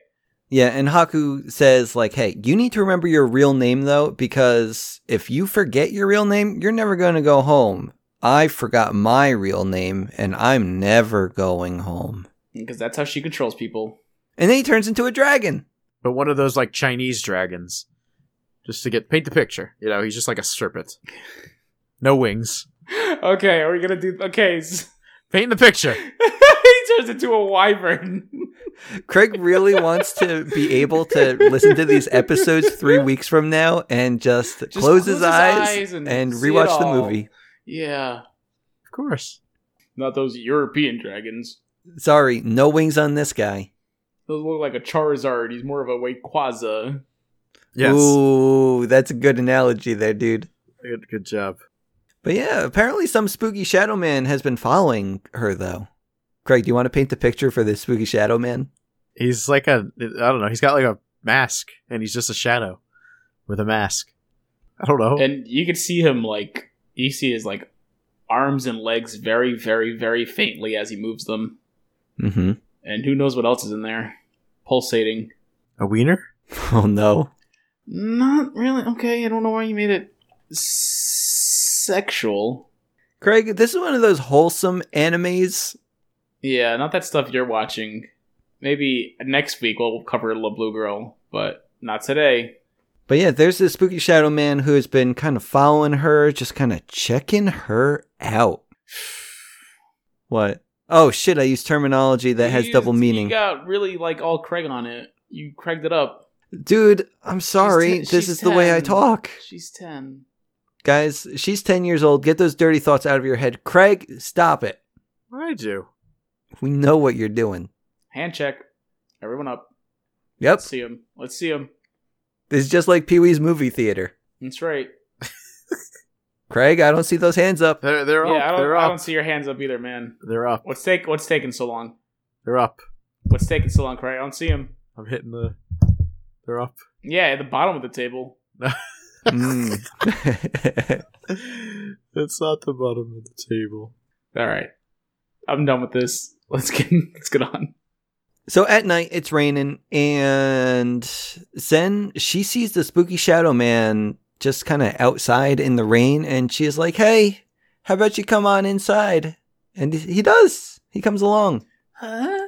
S1: Yeah, and Haku says, like, hey, you need to remember your real name though, because if you forget your real name, you're never gonna go home. I forgot my real name and I'm never going home.
S3: Because that's how she controls people.
S1: And then he turns into a dragon.
S2: But one of those like Chinese dragons, just to get paint the picture. You know, he's just like a serpent, no wings.
S3: okay, are we gonna do? Okay,
S2: Paint the picture.
S3: he turns into a wyvern.
S1: Craig really wants to be able to listen to these episodes three weeks from now and just,
S3: Just
S1: close his, eyes,
S3: and,
S1: and
S3: see it
S1: rewatch the
S3: all.
S1: movie.
S3: Yeah.
S2: Of course.
S3: Not those European dragons.
S1: Sorry, no wings on this guy.
S3: Those look like a Charizard. He's more of a Wayquaza.
S2: Yes.
S1: Ooh, that's a good analogy there, dude.
S2: Good, good job.
S1: But yeah, apparently some spooky shadow man has been following her though. Craig, do you want to paint the picture for this spooky shadow man?
S2: He's like a I don't know. He's got like a mask, and he's just a shadow with a mask. I don't know.
S3: And you could see him like you see his like arms and legs very, very, very faintly as he moves them.
S1: Mm-hmm.
S3: And who knows what else is in there. Pulsating.
S2: a wiener.
S1: Oh no.
S3: Not really okay, I don't know why you made it s- sexual.
S1: Craig, this is one of those wholesome animes.
S3: Yeah, not that stuff you're watching. Maybe next week we'll cover La Blue Girl, but not today.
S1: But yeah, there's this spooky shadow man who has been kind of following her, just kind of checking her out. What? Oh shit, I used terminology that has
S3: You
S1: double
S3: used-
S1: meaning.
S3: You got really like all Craig on it. You Craiged it up.
S1: Dude, I'm sorry.
S3: ten-
S1: this
S3: she's
S1: is the way I
S3: 10.
S1: talk.
S3: She's ten.
S1: Guys, she's 10 years old. Get those dirty thoughts out of your head. Craig, stop it.
S2: I do.
S1: We know what you're doing.
S3: Hand check. Everyone up.
S1: Yep.
S3: Let's see him. Let's see him.
S1: This is just like Pee Wee's movie theater.
S3: That's right.
S1: Craig, I don't see those hands up.
S2: They're they're
S3: yeah, I
S2: up.
S3: don't.
S2: They're
S3: I
S2: up.
S3: don't see your hands up either, man.
S2: They're up.
S3: What's take? What's taking so long?
S2: They're up.
S3: What's taking so long, Craig? I don't see him.
S2: I'm hitting the. They're up.
S3: Yeah, at the bottom of the table.
S1: Mm.
S2: it's not the bottom of the table.
S3: All right. I'm done with this. Let's get let's get on.
S1: so at night, it's raining, and Zen, she sees the spooky shadow man just kind of outside in the rain, and she is like, hey, how about you come on inside? And he does. He comes along.
S3: Huh?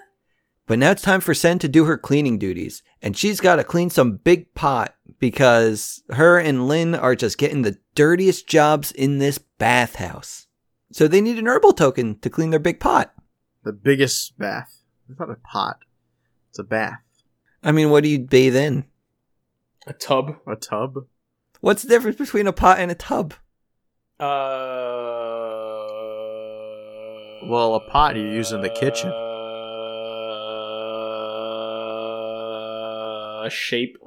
S1: But now it's time for Sen to do her cleaning duties, and she's got to clean some big pot because her and Lin are just getting the dirtiest jobs in this bathhouse. So they need an herbal token to clean their big pot.
S2: The biggest bath. It's not a pot. It's a bath.
S1: I mean, what do you bathe in?
S3: A tub.
S2: A tub.
S1: What's the difference between a pot and a tub?
S3: Uh.
S2: Well, a pot you use in the kitchen.
S3: Uh, shape.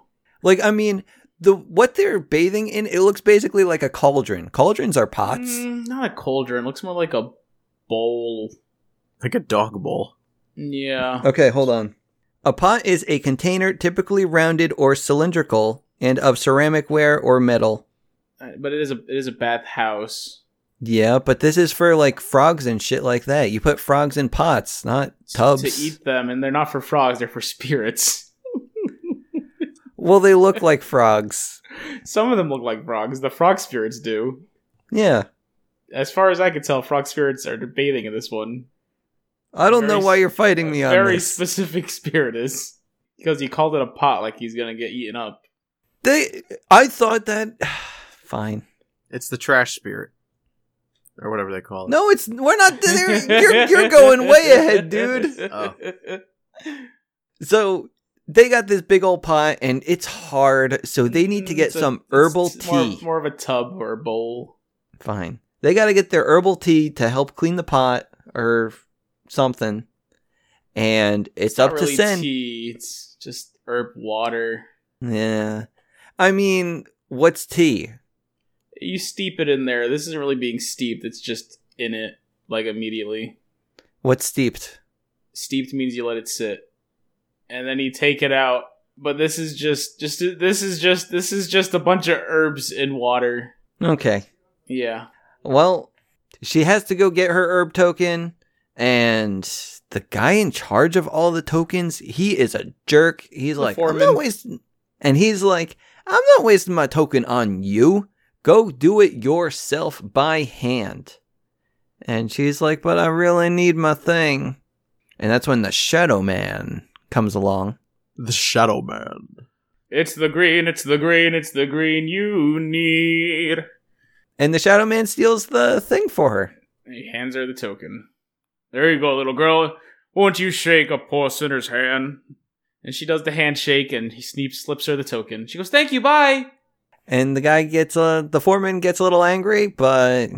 S1: Like, I mean, the what they're bathing in, it looks basically like a cauldron. Cauldrons are pots.
S3: Mm, not a cauldron. Looks more like a bowl.
S2: Like a dog bowl.
S3: Yeah.
S1: Okay, hold on. A pot is a container typically rounded or cylindrical and of ceramic ware or metal.
S3: Uh, But it is a it is a bathhouse.
S1: Yeah, but this is for like frogs and shit like that. You put frogs in pots, not
S3: s-
S1: tubs.
S3: to eat them, and they're not for frogs. They're for spirits.
S1: Well, they look like frogs.
S3: Some of them look like frogs. The frog spirits do.
S1: Yeah.
S3: As far as I can tell, frog spirits are debating in this one.
S1: I don't
S3: Very
S1: know why you're fighting me
S3: A
S1: on
S3: very
S1: this.
S3: specific spirit is because he called it a pot, like he's gonna get eaten up.
S1: they I thought that fine.
S2: It's the trash spirit. or whatever they call it.
S1: No, it's we're not there. You're, you're going way ahead, dude.
S2: Oh.
S1: So they got this big old pot, and it's hard. So they need to get
S3: It's a-
S1: some
S3: Mm, it's-
S1: herbal
S3: it's more-
S1: tea.
S3: more of a tub or a bowl.
S1: Fine. They got to get their herbal tea to help clean the pot or something. And it's, up
S3: Not
S1: to
S3: really
S1: Sen.
S3: tea. It's just herb water.
S1: Yeah. I mean, what's tea?
S3: You steep it in there. This isn't really being steeped. It's just in it, like immediately.
S1: What's steeped?
S3: Steeped means you let it sit, and then you take it out. But this is just, just this is just this is just a bunch of herbs in water.
S1: Okay.
S3: Yeah,
S1: Well, she has to go get her herb token, and the guy in charge of all the tokens, he is a jerk. He's
S3: The
S1: like, I'm
S3: foreman.
S1: not wasting, and he's like, I'm not wasting my token on you. Go do it yourself by hand. And she's like, but I really need my thing. And that's when the Shadow Man comes along.
S2: The Shadow Man.
S3: it's the green. It's the green. It's the green you need.
S1: And the Shadow Man steals the thing for her.
S3: He hands her the token. There you go, little girl. Won't you shake a poor sinner's hand? And she does the handshake, and he sneeps, slips her the token. She goes, "Thank you, bye."
S1: And the guy gets uh, the foreman gets a little angry, but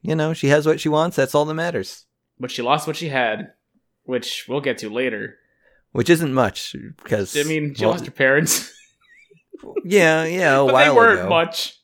S1: you know she has what she wants. That's all that matters,
S3: But she lost what she had, which we'll get to later.
S1: which isn't much because
S3: I mean, she
S1: well,
S3: lost her parents,
S1: yeah, yeah, a
S3: but
S1: while
S3: they weren't
S1: ago.
S3: much.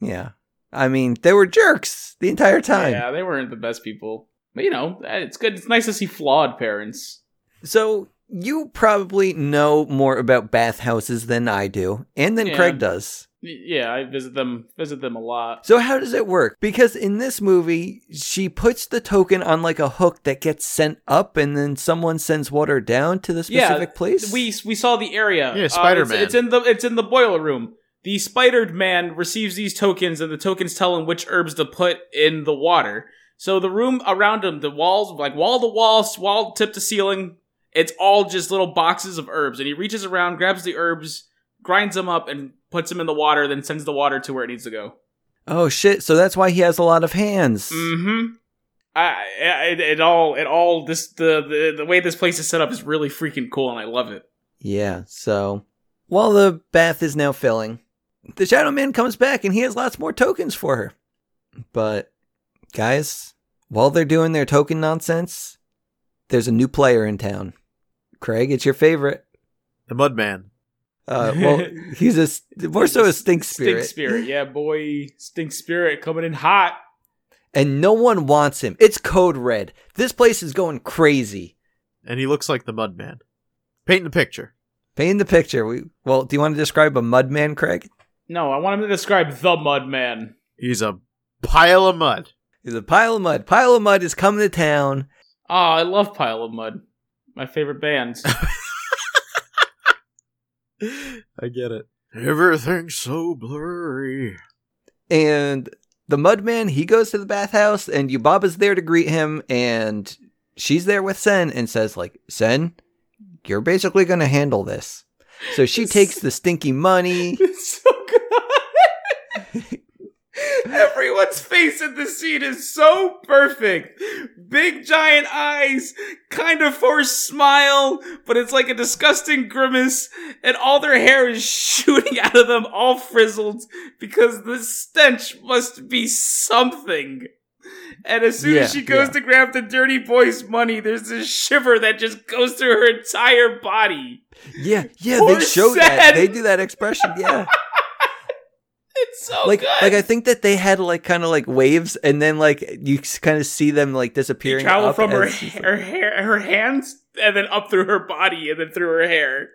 S1: Yeah, I mean they were jerks the entire time.
S3: Yeah, they weren't the best people. But you know, it's good. It's nice to see flawed parents.
S1: So you probably know more about bathhouses than I do, and than
S3: Yeah.
S1: Craig does.
S3: Y- Yeah, I visit them, visit them a lot.
S1: So how does it work? Because in this movie, she puts the token on like a hook that gets sent up, and then someone sends water down to the
S3: Yeah,
S1: specific place.
S3: We we saw the area.
S2: Yeah,
S3: Uh, it's-
S2: Spider-Man.
S3: it's in the it's in the boiler room. The Spider Man receives these tokens, and the tokens tell him which herbs to put in the water. So the room around him, the walls, like wall to wall, s- wall tip to ceiling, it's all just little boxes of herbs. And he reaches around, grabs the herbs, grinds them up, and puts them in the water. Then sends the water to where it needs to go.
S1: Oh shit! So that's why he has a lot of hands.
S3: Mm-hmm. I, I it, it all it all this the, the the way this place is set up is really freaking cool, and I love it.
S1: Yeah. So while the bath is now filling, the Shadow Man comes back and he has lots more tokens for her. But guys, while they're doing their token nonsense, there's a new player in town. Craig, it's your favorite.
S2: The Mudman.
S1: Uh, well, he's a s- more so a stink spirit,
S3: Stink spirit, yeah, boy. Stink spirit coming in hot.
S1: and no one wants him. It's code red. This place is going crazy.
S2: And he looks like the Mudman. Painting the picture.
S1: Paint the picture. We well, do you want to describe a mudman, Craig?
S3: No, I want him to describe the mud man.
S2: He's a pile of mud.
S1: He's a pile of mud. Pile of mud is coming to town.
S3: Oh, I love Pile of Mud. My favorite band.
S2: I get it. Everything's so blurry.
S1: and the mudman he goes to the bathhouse and yubaba's there to greet him and she's there with sen and says like sen you're basically going to handle this so she takes the stinky money
S3: it's so good. Everyone's face in this scene is so perfect. Big giant eyes, kind of forced smile, but it's like a disgusting grimace, and all their hair is shooting out of them, all frizzled, because the stench must be something. And as soon as
S1: Yeah,
S3: she goes
S1: yeah.
S3: to grab the dirty boy's money, there's this shiver that just goes through her entire body.
S1: yeah yeah
S3: Poor
S1: they show that
S3: Sen.
S1: they do that expression yeah
S3: It's so
S1: like
S3: good.
S1: like i think that they had like kind of like waves and then like you kind of see them like
S3: You
S1: disappearing
S3: travel
S1: up
S3: from her,
S1: as-
S3: her hair, her hands, and then up through her body, and then through her hair.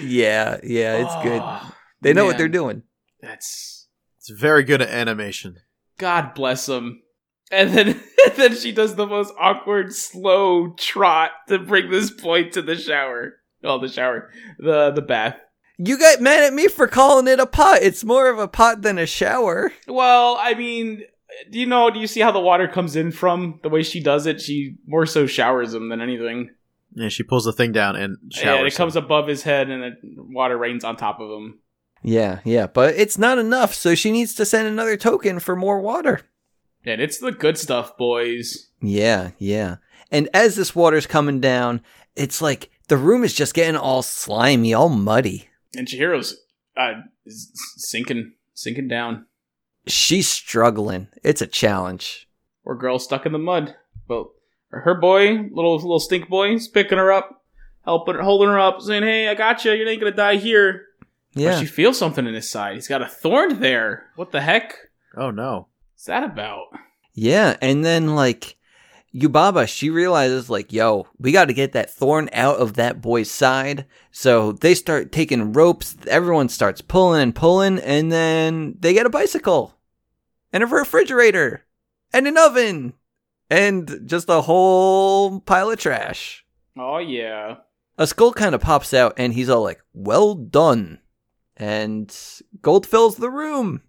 S1: yeah yeah it's good
S3: Oh,
S1: they know what
S3: man.
S1: they're doing
S3: That's
S2: It's very good at animation.
S3: God bless them. And then, and then she does the most awkward slow trot to bring this boy to the shower. Oh, the shower, the the bath.
S1: you got mad at me for calling it a pot it's more of a pot than a shower
S3: Well, I mean, do you know? Do you see how the water comes in from the way she does it? She more so showers him than anything.
S2: Yeah, she pulls the thing down and showers.
S3: Yeah, and it
S2: him.
S3: comes above his head, and it, water rains on top of him.
S1: Yeah, yeah, but it's not enough, so she needs to send another token for more water.
S3: And it's the good stuff, boys.
S1: Yeah, yeah. And as this water's coming down, it's like the room is just getting all slimy, all muddy.
S3: And Chihiro's uh, is sinking, sinking down.
S1: She's struggling. It's a challenge.
S3: Or girl stuck in the mud. But her boy, little little stink boy, is picking her up, helping, her, holding her up, saying, "Hey, I got you. You're not gonna die here." But
S1: Yeah.
S3: she feels something in his side. He's got a thorn there. What the heck
S2: Oh no.
S3: is that about?
S1: Yeah. And then, like, Yubaba, she realizes, like, yo, we got to get that thorn out of that boy's side. So they start taking ropes. Everyone starts pulling and pulling. And then they get a bicycle and a refrigerator and an oven and just a whole pile of trash.
S3: Oh yeah.
S1: A skull kind of pops out, and he's all like, "Well done," and gold fills the room.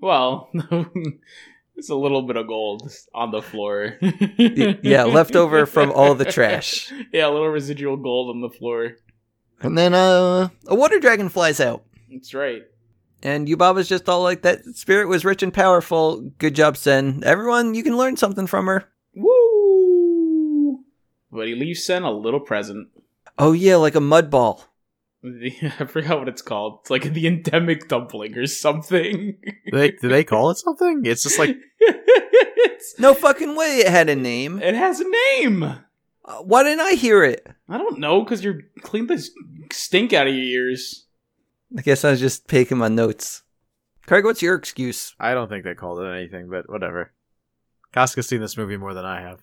S3: Well, it's a little bit of gold on the floor.
S1: Y- yeah, leftover from all the trash.
S3: Yeah, a little residual gold on the floor.
S1: And then uh, a water dragon flies out,
S3: That's right.
S1: and Yubaba's just all like, "That spirit was rich and powerful. Good job, Sen. Everyone, you can learn something from her."
S3: Woo! But he leaves Sen a little present.
S1: Oh yeah, like a mud ball.
S3: The- I forgot what it's called. It's like the endemic dumpling or something.
S2: Do they do they call it something? It's just like
S3: It's-
S1: No fucking way, it had a name.
S3: it has a name. I
S1: Uh, Why didn't I hear it?
S3: don't know because you're clean the stink out of your ears.
S1: I guess I was just taking my notes. Craig, what's your excuse?
S2: I don't think they called it anything, but whatever. Casca's seen this movie more than I have.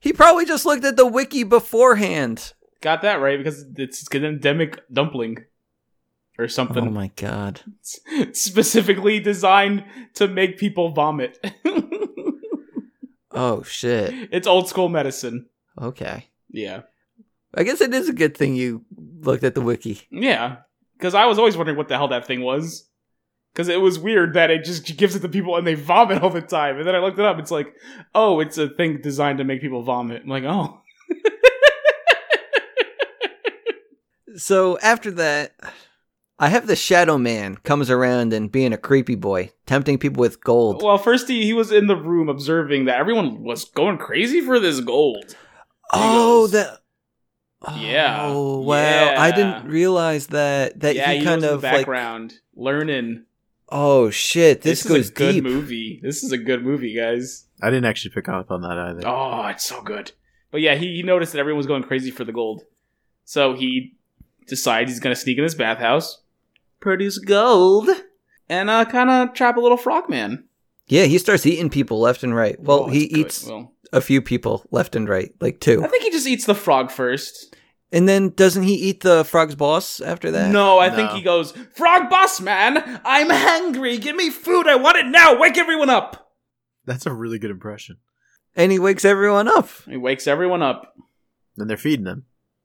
S1: He probably just looked at the wiki beforehand.
S3: Got that right because it's an endemic dumpling or
S1: Oh
S3: something.
S1: my god.
S3: It's specifically designed to make people vomit.
S1: Oh shit.
S3: it's old school medicine.
S1: Okay.
S3: Yeah.
S1: I guess it is a good thing you looked at the wiki.
S3: Yeah, because I was always wondering what the hell that thing was. Because it was weird that it just gives it to people and they vomit all the time. And then I looked it up. It's like, oh, it's a thing designed to make people vomit. I'm like, oh,
S1: So after that, I have the Shadow Man comes around and being a creepy boy, tempting people with gold.
S3: well. First, he, he was in the room observing that everyone was going crazy for this gold.
S1: oh,
S3: goes.
S1: the Oh,
S3: Yeah.
S1: wow. I didn't
S3: Yeah.
S1: realize that that
S3: yeah,
S1: he
S3: he,
S1: kind
S3: was
S1: of
S3: in the
S1: like
S3: background learning.
S1: Oh shit, this,
S3: is
S1: goes
S3: a good
S1: deep.
S3: movie. This is a good movie, guys.
S2: I didn't actually pick up on that either.
S3: Oh, it's so good. But yeah, he, he noticed that everyone was going crazy for the gold. So he decides he's going to sneak in this bathhouse, produce gold, and uh, kind of trap a little frogman.
S1: Yeah, he starts eating people left and right. Well,
S3: Oh,
S1: he
S3: it's good.
S1: eats
S3: Well,
S1: a few people left and right, like
S3: I
S1: two.
S3: think he just eats the frog first.
S1: And then doesn't he eat the frog's boss after that?
S3: No, I
S2: No.
S3: think he goes, Frog boss man, I'm hungry. Give me food. I want it now. Wake everyone up.
S2: That's a really good impression.
S1: And he wakes everyone up.
S3: He wakes everyone up.
S2: And they're feeding them.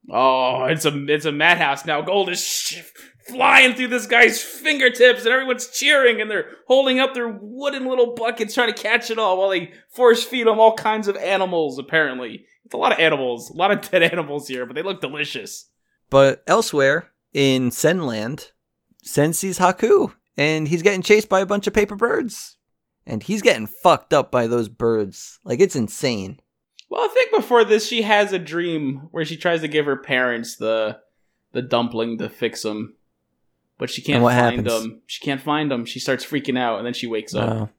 S3: Oh, it's a it's a madhouse now. Gold is sh- flying through this guy's fingertips, and everyone's cheering, and they're holding up their wooden little buckets trying to catch it all while they force feed them all kinds of animals. Apparently, it's a lot of animals, a lot of dead animals here, but they look delicious.
S1: But elsewhere in Senland, Sen sees Haku and he's getting chased by a bunch of paper birds. And he's getting fucked up by those birds. Like it's insane.
S3: Well, I think before this, she has a dream where she tries to give her parents the the dumpling to fix them, but she can't
S1: And what happens?
S3: find them. She can't find them. She starts freaking out, and then she wakes up.
S1: Oh.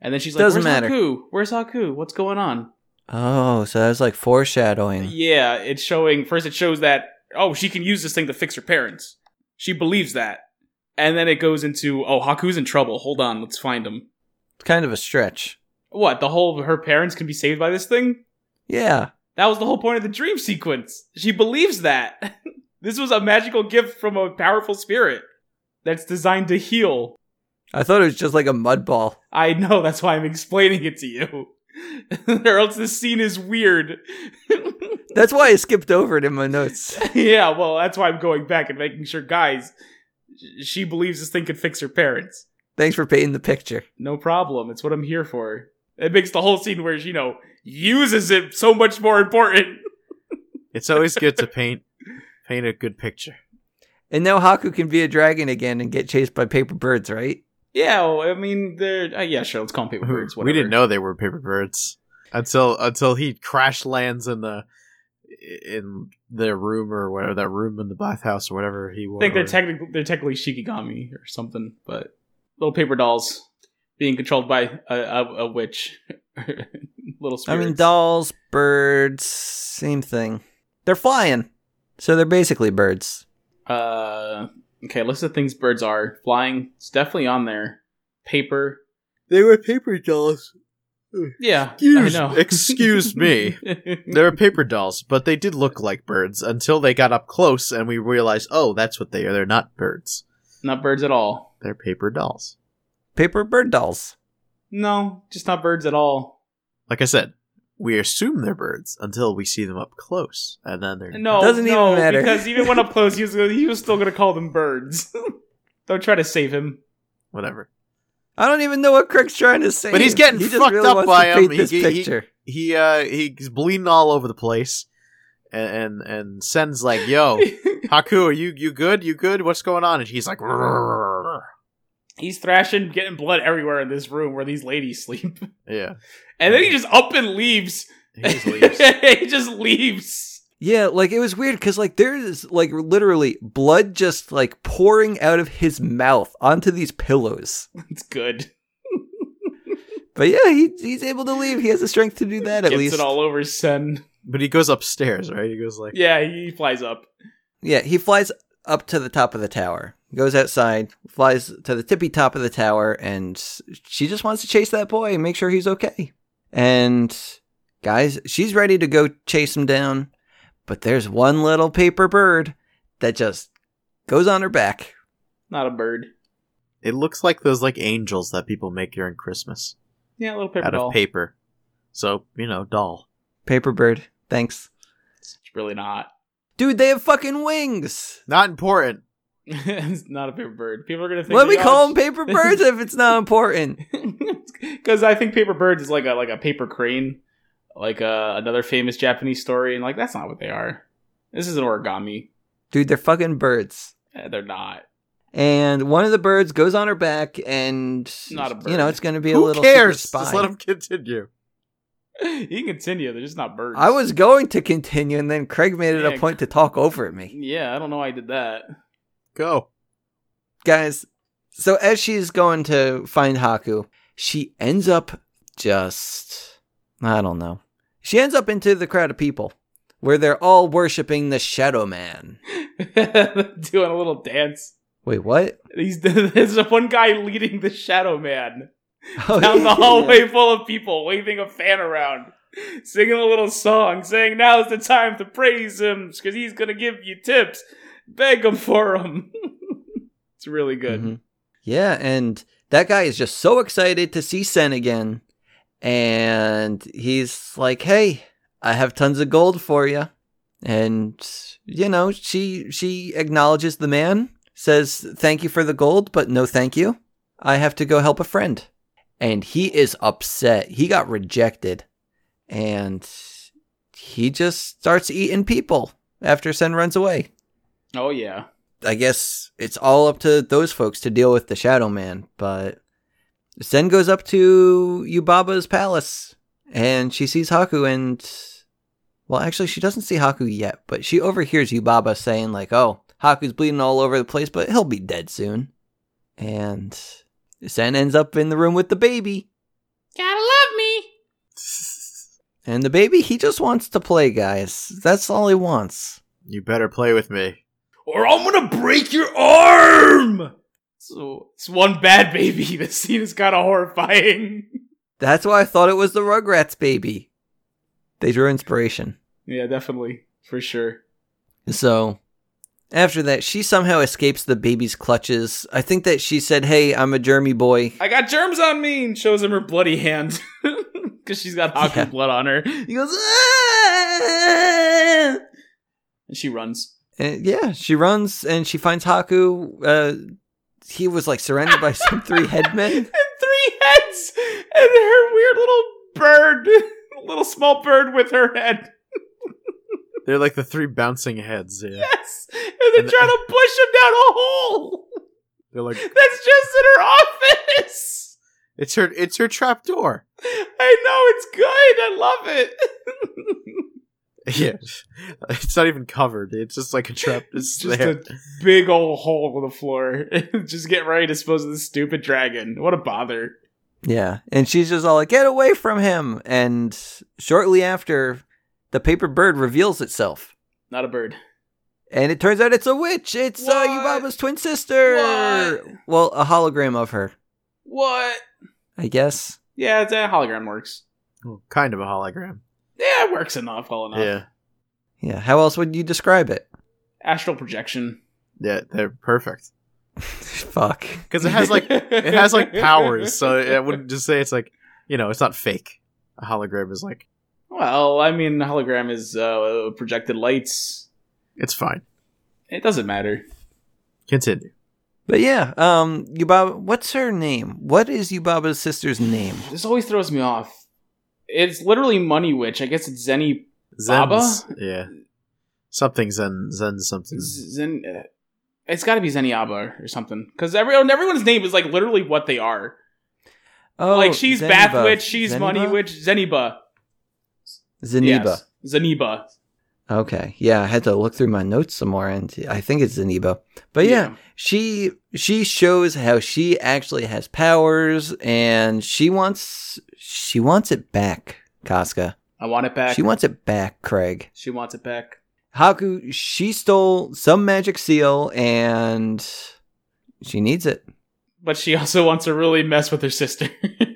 S3: And then she's like,
S1: Doesn't
S3: "Where's
S1: matter.
S3: Haku? Where's Haku? What's going on?"
S1: oh, so that was like foreshadowing.
S3: Yeah, it's showing. First, it shows that oh, she can use this thing to fix her parents. She believes that, and then it goes into oh, Haku's in trouble. Hold on, let's find him.
S1: It's kind of a stretch.
S3: What the whole her parents can be saved by this thing?
S1: Yeah.
S3: That was the whole point of the dream sequence. She believes that this was a magical gift from a powerful spirit that's designed to heal.
S1: I thought it was just like a mud ball.
S3: I know that's why I'm explaining it to you. or else this scene is weird.
S1: That's why I skipped over it in my notes.
S3: yeah, well, that's why I'm going back and making sure, guys, sh- she believes this thing could fix her parents.
S1: Thanks for painting the picture.
S3: No problem. It's what I'm here for. It makes the whole scene where she, you know, uses it so much more important.
S2: It's always good to paint paint a good picture.
S1: And now Haku can be a dragon again and get chased by paper birds, right?
S3: Yeah, well, I mean, they're uh, yeah, sure. Let's call them paper birds.
S2: we didn't
S3: whatever.
S2: know they were paper birds until until he crash lands in the in their room or whatever that room in the bathhouse or whatever he
S3: I
S2: was.
S3: think they're technically they're technically Shikigami or something, but little paper dolls being controlled by a, a, a witch. little
S1: I
S3: spirits.
S1: mean, dolls, birds, same thing. They're flying, so they're basically birds.
S3: Uh, okay, list of things birds are flying. It's definitely on there. Paper.
S2: they were paper dolls.
S3: Yeah,
S2: Excuse-
S3: I know.
S2: excuse me. They were paper dolls, but they did look like birds until they got up close and we realized, oh, that's what they are. They're not birds.
S3: not birds at all.
S2: They're paper dolls.
S1: Paper bird dolls.
S3: No, just not birds at all.
S2: Like I said, we assume they're birds until we see them up close, and then they're
S3: No,
S1: Doesn't even
S3: no,
S1: matter.
S3: because even when up close, he was he was still gonna call them birds. Don't try to save him.
S2: whatever.
S1: I don't even know what Crick's trying to say.
S2: But he's getting
S1: he just
S2: fucked
S1: really
S2: up
S1: wants
S2: by
S1: to
S2: him.
S1: paint
S2: He-
S1: this
S2: he- he-
S1: picture.
S2: he uh he's bleeding all over the place and and, and sends like yo haku are you you good you good what's going on and he's like "Rrrr."
S3: He's thrashing, getting blood everywhere in this room where these ladies sleep,
S2: yeah
S3: and then he just up and leaves.
S2: he just leaves
S3: he just leaves.
S1: Yeah, like it was weird because like there is like literally blood just like pouring out of his mouth onto these pillows.
S3: It's good.
S1: But yeah, he, he's able to leave. He has the strength to do that at
S3: Gets
S1: least.
S3: it all over his son.
S2: but he goes upstairs right he goes like
S3: Yeah, he flies up.
S1: Yeah, he flies up to the top of the tower, goes outside, flies to the tippy top of the tower, and she just wants to chase that boy and make sure he's okay. And guys, she's ready to go chase him down, but there's one little paper bird that just goes on her back.
S3: Not a bird.
S2: it looks like those like angels that people make during christmas
S3: Yeah, a little paper
S2: out
S3: doll.
S2: of paper so you know doll
S1: Paper bird, thanks.
S3: It's really not.
S1: Dude, they have fucking wings.
S2: not important
S3: it's not a paper bird. People are gonna think.
S1: Let me call them paper birds if it's not important.
S3: Because I think paper birds is like a like a paper crane, like uh, another famous Japanese story, and like that's not what they are. This is an origami.
S1: Dude, they're fucking birds.
S3: Eh, they're not.
S1: And one of the birds goes on her back, and
S3: Not a bird.
S1: you know it's going to be a
S2: who
S1: little
S2: cares
S1: secret
S2: just
S1: spy.
S2: let him continue
S3: You can continue. They're just not birds.
S1: I was going to continue, and then Craig made it
S3: Yeah.
S1: a point to talk over me,
S3: Yeah, I don't know why I did that.
S2: go
S1: guys. So as she's going to find Haku, she ends up just I don't know. She ends up into the crowd of people where they're all worshiping the Shadow Man.
S3: Doing a little dance.
S1: Wait, what?
S3: He's there's one guy leading the Shadow Man.
S1: Oh,
S3: down the
S1: yeah.
S3: hallway full of people waving a fan around, singing a little song, saying, Now's the time to praise him because he's going to give you tips. Beg him for him. it's really good.
S1: Mhm. Yeah, and that guy is just so excited to see Sen again. And he's like, "Hey, I have tons of gold for you." And you know, she she acknowledges the man, says, "Thank you for the gold, but no thank you. I have to go help a friend." And he is upset. He got rejected. And he just starts eating people after Sen runs away.
S3: Oh, yeah.
S1: I guess it's all up to those folks to deal with the Shadow Man, but Zen goes up to Yubaba's palace and she sees Haku and well actually she doesn't see Haku yet, but she overhears Yubaba saying like, "Oh, Haku's bleeding all over the place, but he'll be dead soon." And Zen ends up in the room with the baby,
S3: Gotta love me.
S1: and the baby he just wants to play, guys. That's all he wants.
S2: you better play with me
S3: Or I'm going to break your arm. So it's one bad baby. This scene is kind of horrifying.
S1: That's why I thought it was the Rugrats baby. They drew inspiration.
S3: yeah, definitely. For sure.
S1: So after that, she somehow escapes the baby's clutches. I think that she said, Hey, I'm a germy boy.
S3: I got germs on me and shows him her bloody hand because she's got Haku
S1: Yeah.
S3: blood on her. He goes, "Ah!" and she runs.
S1: And yeah, she runs and she finds Haku. Uh, he was like surrounded by some three
S3: and
S1: headmen.
S3: three heads and her weird little bird, little small bird with her head.
S2: they're like the three bouncing heads yeah
S3: Yes, and they're
S2: And-
S3: trying to push him down a hole.
S2: They're like,
S3: That's just in her office.
S2: it's her, it's her trap door.
S3: I know it's good. I love it.
S2: Yeah, it's not even covered. It's just like a trap. It's
S3: just
S2: there.
S3: a big old hole in the floor. just get ready to dispose of this stupid dragon. What a bother.
S1: Yeah. And she's just all like, get away from him. And shortly after, the paper bird reveals itself.
S3: Not a bird.
S1: And it turns out it's a witch. It's uh,
S3: What?
S1: Yubaba's twin sister.
S3: What?
S1: Well, a hologram of her,
S3: What?
S1: I guess.
S3: Yeah, it's a hologram works.
S2: Oh, kind of a hologram.
S3: Yeah, it works enough. Well enough.
S2: Yeah,
S1: Yeah. How else would you describe it?
S3: Astral projection.
S2: yeah, they're perfect
S1: Fuck.
S2: because it has like it has like powers. So I wouldn't just say it's like you know it's not fake. A hologram is like
S3: Well, I mean, hologram is uh, projected lights.
S2: it's fine.
S3: It doesn't matter.
S2: Continue.
S1: But yeah, um, Yubaba, what's her name? What is Yubaba's sister's name?
S3: This always throws me off. It's literally Money Witch. I guess it's Zenny. Baba?
S2: Zen's, yeah, something Zen Zen something.
S3: Zen. uh, It's got to be Zeniaba or something. Because everyone, everyone's name is like literally what they are.
S1: Oh,
S3: like she's
S1: Zeniba.
S3: Bath Witch, she's
S1: Zeniba?
S3: Money Witch, Zeniba.
S1: Zeniba.
S3: Yes, Zeniba.
S1: Okay. Yeah, I had to look through my notes some more, and I think it's Zeniba. But yeah, she she shows how she actually has powers, and she wants she wants it back, Casca.
S3: I want it back.
S1: She
S3: She,
S1: wants it back, Craig.
S3: wants it back.
S1: Haku, she stole some magic seal, and she needs it.
S3: But she also wants to really mess with her sister.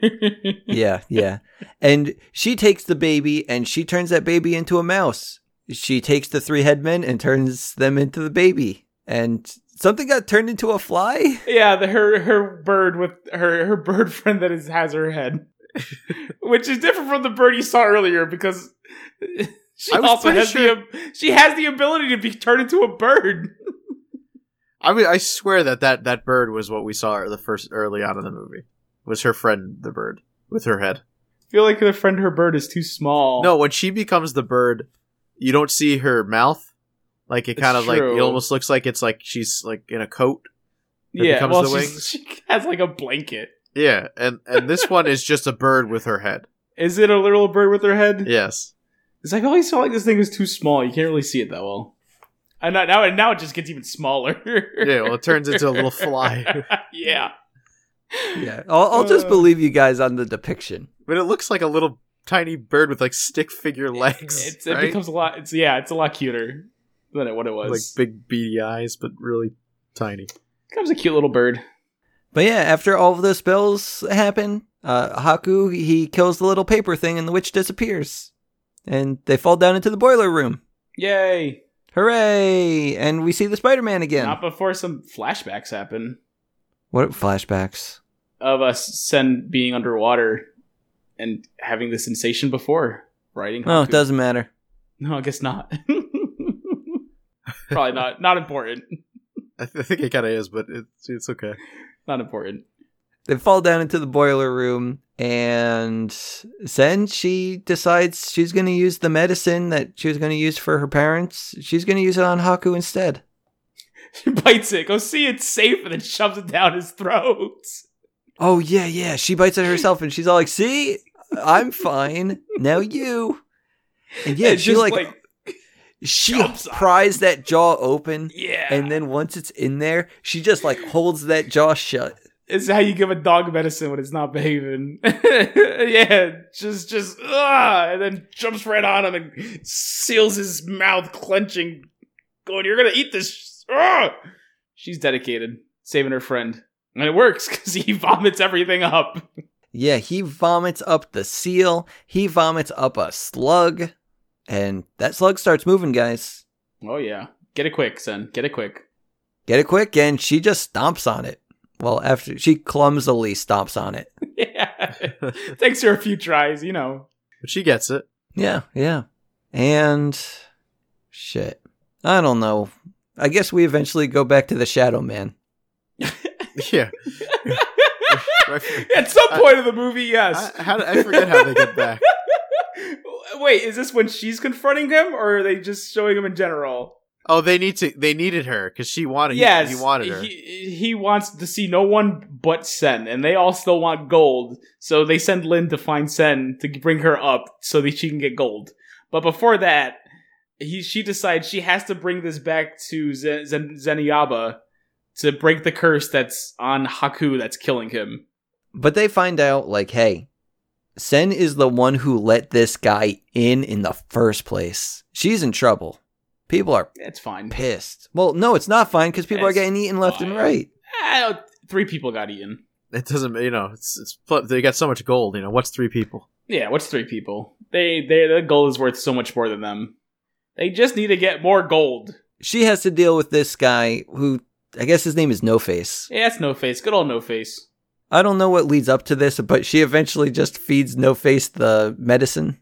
S1: yeah, yeah. And she takes the baby and she turns that baby into a mouse. She takes the three headmen and turns them into the baby. And something got turned into a fly?
S3: Yeah, the, her her bird with her her bird friend that is has her head, which is different from the bird you saw earlier because she
S2: I was
S3: also
S2: pretty
S3: has the
S2: sure-
S3: ab- she has the ability to be turned into a bird.
S2: I mean, I swear that that that bird was what we saw the first early on in the movie. Was her friend the bird with her head?
S3: I feel like the friend her bird is too small.
S2: No, when she becomes the bird, you don't see her mouth. Like it
S3: It's
S2: kind of like it
S3: true.
S2: almost looks like it's like she's like in a coat. it
S3: yeah,
S2: becomes
S3: well,
S2: the
S3: she's-
S2: wings.
S3: she has like a blanket.
S2: Yeah, and and this one is just a bird with her head.
S3: Is it a little bird with her head?
S2: Yes,
S3: It's like I always felt like this thing was too small. You can't really see it that well. And now now, now it just gets even smaller.
S2: yeah. Well, it turns into a little fly,
S3: yeah.
S1: Yeah. I'll, I'll just
S3: Uh.
S1: believe you guys on the depiction.
S2: but it looks like a little tiny bird with like stick figure legs.
S3: It's, it
S2: right?
S3: becomes a lot. It's yeah, it's a lot cuter than it, what it was.
S2: like big beady eyes, but really tiny.
S3: becomes a cute little bird.
S1: But yeah, after all of those spells happen, uh, Haku, he kills the little paper thing and the witch disappears. And they fall down into the boiler room.
S3: Yay!
S1: Hooray! And we see the Spider Man again.
S3: Not before some flashbacks happen
S1: What flashbacks?
S3: of us Sen being underwater and having the sensation before riding.
S1: Oh,
S3: Haku.
S1: it doesn't matter.
S3: No, I guess not. Probably not. Not important.
S2: I, th- I think it kind of is, but it's it's okay.
S3: Not important.
S1: they fall down into the boiler room and then she decides she's going to use the medicine that she was going to use for her parents she's going to use it on haku instead
S3: She bites it. Go see it's safe, and then shoves it down his throat.
S1: oh yeah yeah she bites it herself and she's all like see i'm fine now you and yeah
S3: And
S1: she
S3: just,
S1: like, she
S3: jumps on
S1: pries that jaw open
S3: yeah.
S1: and then once it's in there she just like holds that jaw shut
S3: It's how you give a dog medicine when it's not behaving. yeah, just just ah, and then jumps right on him and seals his mouth, clenching, going, "You're gonna eat this!" Ah! She's dedicated, saving her friend, and it works because he vomits everything up.
S1: yeah he vomits up the seal he vomits up a slug and that slug starts moving guys
S3: Oh yeah, get it quick, son. Get it quick.
S1: get it quick and she just stomps on it well after she clumsily stomps on it
S3: yeah, takes her a few tries, you know.
S2: But she gets it.
S1: yeah yeah and shit i don't know i guess we eventually go back to the shadow man
S2: Yeah.
S3: At some point of the movie, yes.
S2: I, how, I forget how they get back.
S3: Wait, is this when she's confronting him, or are they just showing him in general?
S2: Oh, they need to. They needed her because she wanted.
S3: yes,
S2: he, he wanted her.
S3: He, he wants to see no one but Sen, and they all still want gold. So they send Lin to find Sen to bring her up so that she can get gold. But before that, he she decides she has to bring this back to Zen, Zen, Zeniyaba to break the curse that's on Haku that's killing him.
S1: But they find out, like, hey, Sen is the one who let this guy in in the first place. She's in trouble. People are
S3: It's fine.
S1: pissed. Well, no, it's not fine because people are
S3: It's
S1: getting eaten left and
S3: fine.
S1: right.
S3: I don't- Eh, three people got eaten.
S2: It doesn't. You know, it's, it's pl- they got so much gold. You know, what's three people?
S3: Yeah, what's three people? They they the gold is worth so much more than them. They just need to get more gold.
S1: She has to deal with this guy who, I guess his name is No Face.
S3: Yeah, it's no face. Good old no face.
S1: I don't know what leads up to this, but she eventually just feeds No Face the medicine,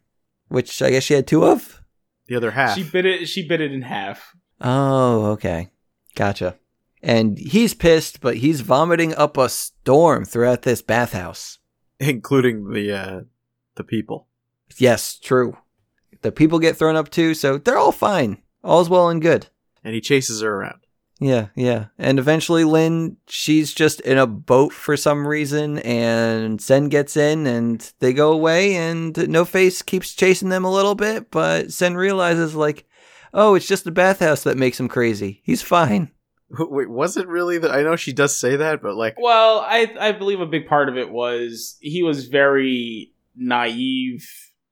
S1: which I guess she had two of.
S2: The other half.
S3: She bit it. She bit it in half.
S1: Oh, okay. Gotcha. And he's pissed, but he's vomiting up a storm throughout this bathhouse.
S2: including the uh, the people.
S1: Yes, true. The people get thrown up too, so they're all fine. All's well and good.
S2: And he chases her around.
S1: Yeah, yeah. And eventually Lynn, she's just in a boat for some reason, and Sen gets in and they go away, and No Face keeps chasing them a little bit, but Sen realizes, like, oh, it's just the bathhouse that makes him crazy. He's fine.
S2: Wait, was it really that? I know she does say that, but like,
S3: Well, I I believe a big part of it was he was very naive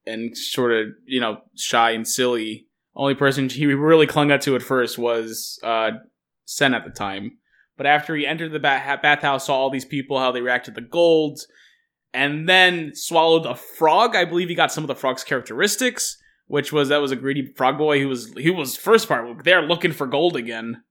S3: and sort of you know shy and silly. Only person he really clung up to at first was uh, Sen at the time. But after he entered the bath- bathhouse, saw all these people, how they reacted to gold, and then swallowed a frog. I believe he got some of the frog's characteristics, which was that was a greedy frog boy who was he was first part there looking for gold again,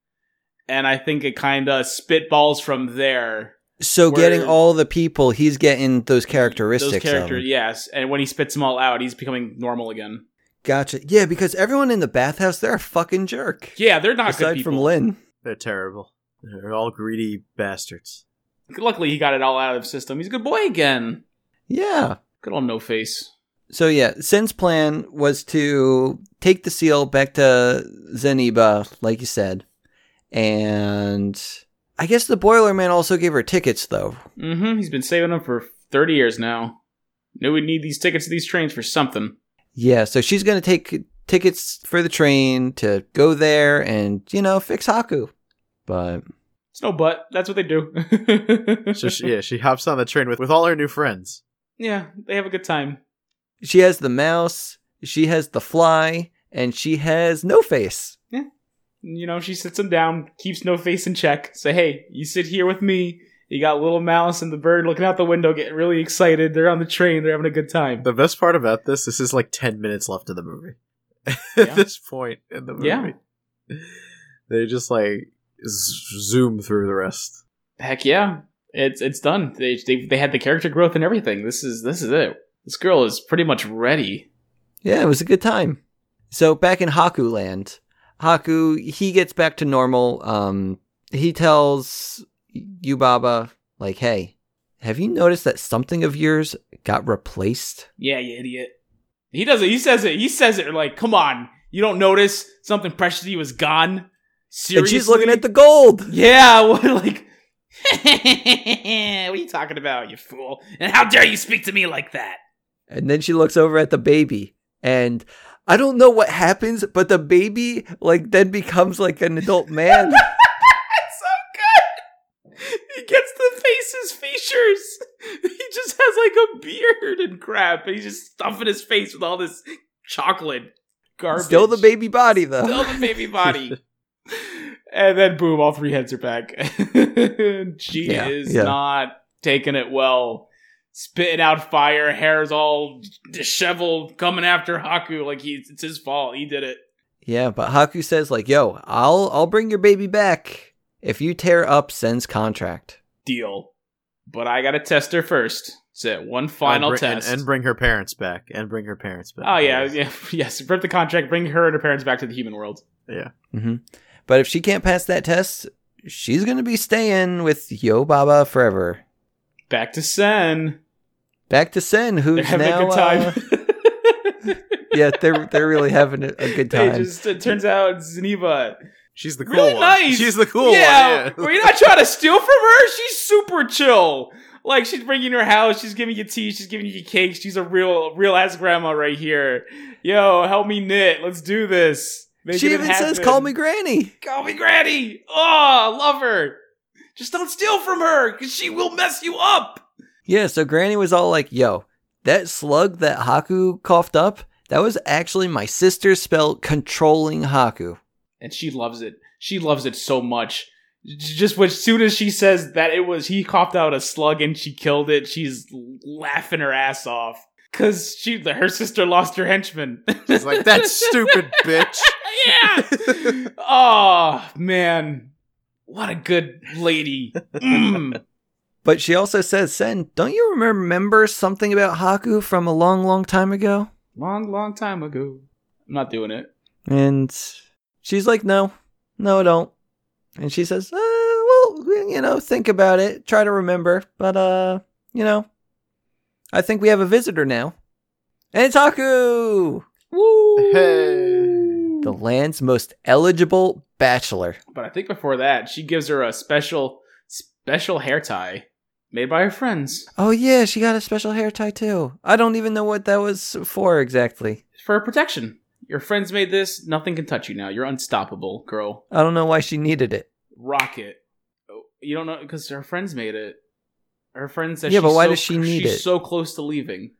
S3: and I think it kind of spitballs from there.
S1: So
S3: Where-
S1: getting all the people, he's getting those characteristics.
S3: Those characters,
S1: of 'em.
S3: yes. And when he spits them all out, he's becoming normal again.
S1: Gotcha. Yeah, because everyone in the bathhouse, they're a fucking jerk.
S3: Yeah, they're not good
S1: Aside
S3: people.
S1: from Lynn.
S2: they're terrible. They're all greedy bastards.
S3: Luckily, he got it all out of his system. He's a good boy again.
S1: Yeah.
S3: Good old no face.
S1: So yeah, Sen's plan was to take the seal back to Zeniba, like you said. And I guess the Boilerman also gave her tickets though.
S3: Mm-hmm. He's been saving them for thirty years now. Knew we'd need these tickets to these trains for something.
S1: Yeah, so she's gonna take tickets for the train to go there and, you know, fix Haku. But
S3: It's no but. That's what they do.
S2: So she, yeah, she hops on the train with with all her new friends.
S3: yeah, they have a good time.
S1: She has the mouse, she has the fly, and she has no face.
S3: You know, she sits him down, keeps no face in check. Say, hey, you sit here with me. You got little mouse and the bird looking out the window, getting really excited. They're on the train. They're having a good time.
S2: The best part about this, this is like ten minutes left in the movie.
S3: Yeah.
S2: At this point in the movie,
S3: Yeah.
S2: they just like z- zoom through the rest.
S3: Heck yeah, it's it's done. They they they had the character growth and everything. This is this is it. This girl is pretty much ready.
S1: Yeah, it was a good time. So back in Haku land, Haku he gets back to normal. Um, he tells Yubaba like, "Hey, have you noticed that something of yours got replaced?"
S3: Yeah, you idiot. He does it. He says it. He says it like, come on, you don't notice something precious to you is gone. Seriously,
S1: And she's looking at the gold.
S3: Yeah, what like? what are you talking about, you fool? And how dare you speak to me like that?
S1: And then she looks over at the baby, and I don't know what happens, but the baby like then becomes like an adult man.
S3: It's so good. He gets the face's features. He just has like a beard and crap, and he's just stuffing his face with all this chocolate garbage.
S1: Still the baby body though.
S3: Still the baby body. and then boom, all three heads are back. she
S1: Yeah,
S3: is
S1: yeah.
S3: not taking it well. Spitting out fire, hair's all disheveled, coming after Haku like he's it's his fault. He did it.
S1: Yeah, but Haku says like, "Yo, I'll I'll bring your baby back if you tear up Sen's contract."
S3: Deal. But I gotta test her first. That's it. One final
S2: and bring,
S3: test.
S2: and, and bring her parents back, and bring her parents back.
S3: Oh yeah, yeah, yes. Rip the contract, bring her and her parents back to the human world.
S1: hmm But if she can't pass that test, she's going to be staying with Yo Baba forever.
S3: Back to Sen.
S1: Back to Sen,
S3: They're
S1: who's
S3: having
S1: now uh,
S3: a good time.
S1: yeah, they're they're really having a, a good
S3: They
S1: time.
S3: just, it turns out it's Zeniba.
S2: She's the cool
S3: Really
S2: one.
S3: nice.
S2: She's the cool one.
S3: yeah, Were you not trying to steal from her? She's super chill. Like she's bringing her house, she's giving you tea, she's giving you cakes. She's a real, real ass grandma right here. Yo, help me knit. Let's do this. Make
S1: she
S3: it
S1: even says,
S3: happen.
S1: "Call me Granny."
S3: call me granny. Oh, I love her. Just don't steal from her, cause she will mess you up.
S1: Yeah, so Granny was all like, "Yo, that slug that Haku coughed up, that was actually my sister's spell controlling Haku."
S3: and she loves it. She loves it so much. J- Just as soon as she says that it was he coughed out a slug and she killed it, she's laughing her ass off because she her sister lost her henchman.
S2: She's like that stupid bitch.
S3: yeah. oh man, what a good lady. Mm.
S1: But she also says, "Sen, don't you remember something about Haku from a long, long time ago?"
S3: Long, long time ago. I'm not doing it.
S1: And she's like, "No, no, I don't." And she says, uh, "Well, you know, think about it, try to remember, but uh, you know, I think we have a visitor now, and it's Haku,
S3: Woo.
S2: Hey.
S1: the land's most eligible bachelor."
S3: But I think before that, she gives her a special, special hair tie made by her friends.
S1: Oh yeah, she got a special hair tie too. I don't even know what that was for exactly.
S3: for protection. Your friends made this. Nothing can touch you now. You're unstoppable, girl.
S1: I don't know why she needed it.
S3: Rocket. You don't know because her friends made it. Her friends said,
S1: Yeah, but
S3: she's
S1: why
S3: so-
S1: does she need
S3: she's
S1: it?
S3: so close to leaving.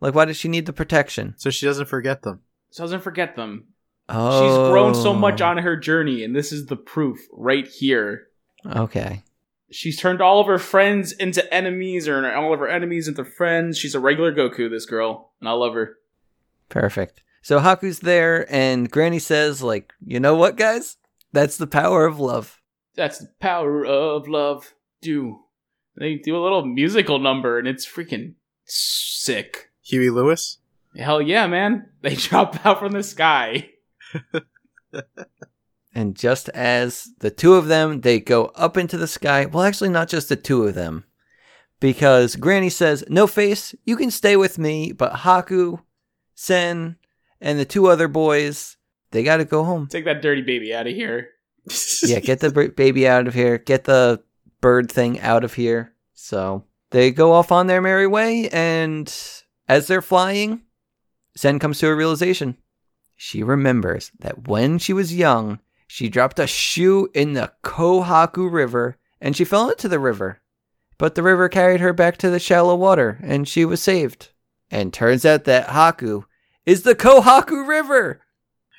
S1: Like, why did she need the protection?
S2: So she doesn't forget them.
S3: So doesn't forget them.
S1: Oh,
S3: She's grown so much on her journey, and this is the proof right here.
S1: Okay,
S3: She's turned all of her friends into enemies, or all of her enemies into friends. She's a regular Goku, this girl, and I love her.
S1: perfect. So Haku's there, and Granny says, "Like, you know what, guys? That's the power of love."
S3: That's the power of love. Do they do a little musical number, and it's freaking sick.
S2: Huey Lewis.
S3: Hell yeah, man. They drop out from the sky.
S1: And just as the two of them, they go up into the sky. Well, actually, not just the two of them, because Granny says, "No face, you can stay with me," but Haku, Sen, and the two other boys, they got to go home.
S3: Take that dirty baby out of here.
S1: yeah, get the b- baby out of here. Get the bird thing out of here. So they go off on their merry way, and as they're flying, Sen comes to a realization. She remembers that when she was young, she dropped a shoe in the Kohaku River and she fell into the river. But the river carried her back to the shallow water and she was saved. And turns out that Haku is the Kohaku River.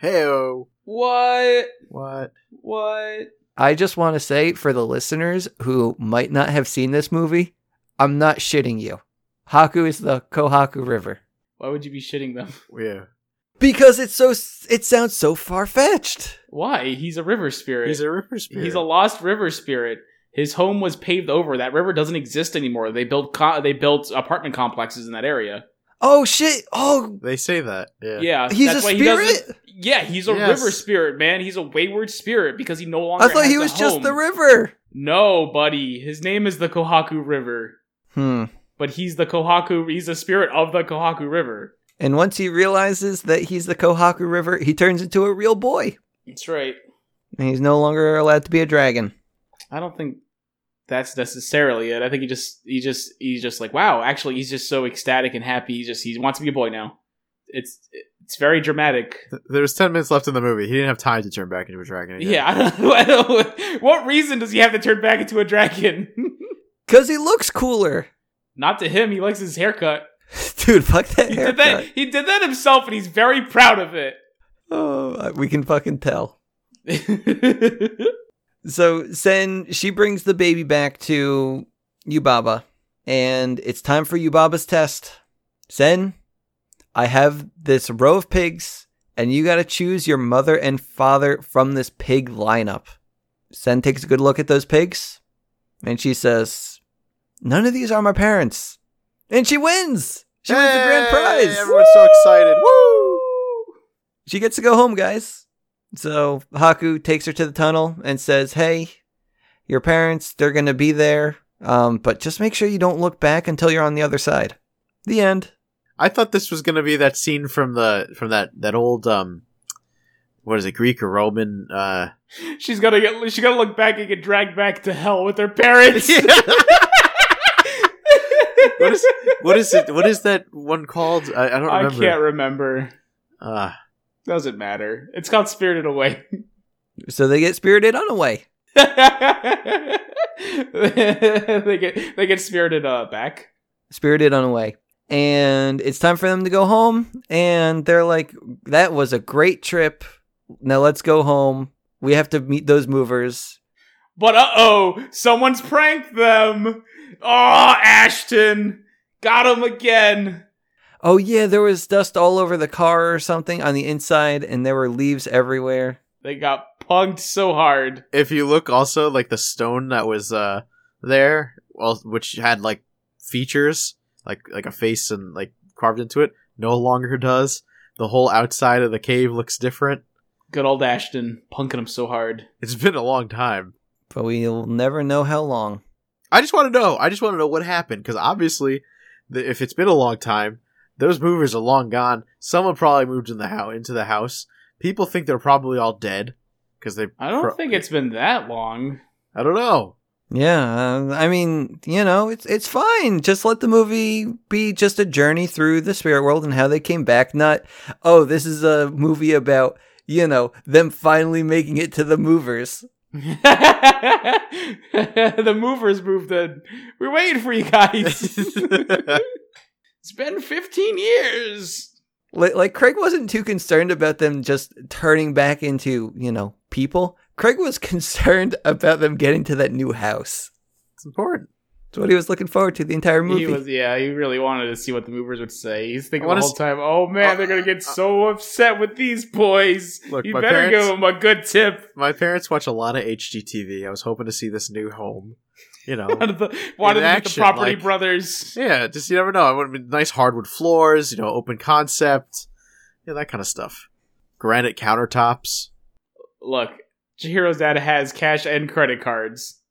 S2: Heyo.
S3: What?
S2: What?
S3: What?
S1: I just want to say for the listeners who might not have seen this movie, I'm not shitting you. Haku is the Kohaku River
S3: Why would you be shitting them?
S2: Yeah.
S1: because it's so it sounds so far fetched.
S3: Why? He's a river spirit.
S2: He's a river spirit.
S3: He's a lost river spirit. His home was paved over. That river doesn't exist anymore. They built co- they built apartment complexes in that area.
S1: Oh shit! Oh,
S2: They say that. Yeah.
S3: Yeah,
S1: he's
S3: that's
S1: a
S3: why he
S1: spirit.
S3: doesn't- yeah, he's a
S2: Yes.
S3: river spirit, man. He's a wayward spirit because he no longer.
S1: I thought
S3: has
S1: he
S3: a
S1: was just
S3: home.
S1: the river.
S3: No, buddy. His name is the Kohaku River,
S1: Hmm.
S3: but he's the Kohaku. He's a spirit of the Kohaku River.
S1: And once he realizes that he's the Kohaku River, he turns into a real boy,
S3: That's right.
S1: and he's no longer allowed to be a dragon.
S3: I don't think that's necessarily it. I think he just he just he's just like wow. Actually, he's just so ecstatic and happy. He just he wants to be a boy now. It's it's very dramatic.
S2: Th- There was ten minutes left in the movie. He didn't have time to turn back into a dragon. again.
S3: Yeah, I don't, I don't. What reason does he have to turn back into a dragon?
S1: Cause he looks cooler,
S3: Not to him. He likes his haircut.
S1: dude. Fuck that
S3: He
S1: haircut.
S3: did that. He did that himself, and he's very proud of it.
S1: Oh, we can fucking tell. So Sen, she brings the baby back to Yubaba, and it's time for Yubaba's test. Sen, I have this row of pigs, and you gotta choose your mother and father from this pig lineup. Sen takes a good look at those pigs, and she says, None of these are my parents. And she wins! She wins the grand
S2: Hey,
S1: prize!
S2: Everyone's so excited. Woo!
S1: she gets to go home, guys. So Haku takes her to the tunnel and says, "Hey, your parents, they're going to be there, um, but just make sure you don't look back until you're on the other side." The end.
S2: I thought this was gonna be that scene from the from that that old um, what is it, Greek or Roman? Uh,
S3: She's gonna get. She's gonna look back and get dragged back to hell with her parents.
S2: what is what is it? What is that one called? I, I don't
S3: I
S2: remember.
S3: can't remember.
S2: Uh,
S3: Doesn't matter. It's called Spirited Away.
S1: So they get spirited on away.
S3: they get they get spirited uh, back.
S1: Spirited on away. And it's time for them to go home. And they're like, that was a great trip. Now let's go home. We have to meet those movers.
S3: But uh oh, someone's pranked them. Oh, Ashton got him again.
S1: Oh, yeah, there was dust all over the car or something on the inside, and there were leaves everywhere.
S3: They got punked so hard.
S2: if you look also like the stone that was uh there, well, which had like features, like like a face and like carved into it, no longer does. The whole outside of the cave looks different.
S3: Good old Ashton punking them so hard.
S2: It's been a long time.
S1: But we'll never know how long.
S2: I just want to know. I just want to know what happened because obviously, the, if it's been a long time, those movers are long gone. Someone probably moved in the house into the house. People think they're probably all dead because they.
S3: I don't
S2: pro-
S3: think it's been that long.
S2: I don't know.
S1: Yeah, uh, I mean, you know, it's it's fine. Just let the movie be just a journey through the spirit world and how they came back. Not, oh, this is a movie about you know them finally making it to the movers.
S3: the movers moved in. We're waiting for you guys. it's been 15 years.
S1: Like, like Craig wasn't too concerned about them just turning back into you know people. Craig was concerned about them getting to that new house.
S2: It's important.
S1: That's what he was looking forward to the entire movie.
S3: He was, yeah, he really wanted to see what the movers would say. He's thinking
S2: I wanna Uh,
S3: the whole time, oh man, they're gonna get so upset with these boys.
S2: Look,
S3: you
S2: my
S3: better
S2: parents-
S3: give them a good tip.
S2: My parents watch a lot of HGTV. I was hoping to see this new home. You know.
S3: Wanted the, wanted
S2: In
S3: to meet the
S2: action,
S3: property
S2: like-
S3: brothers.
S2: yeah, just you never know. I would have been nice hardwood floors, you know, open concept, yeah, that kind of stuff. Granite countertops.
S3: Look, Chihiro's dad has cash and credit cards.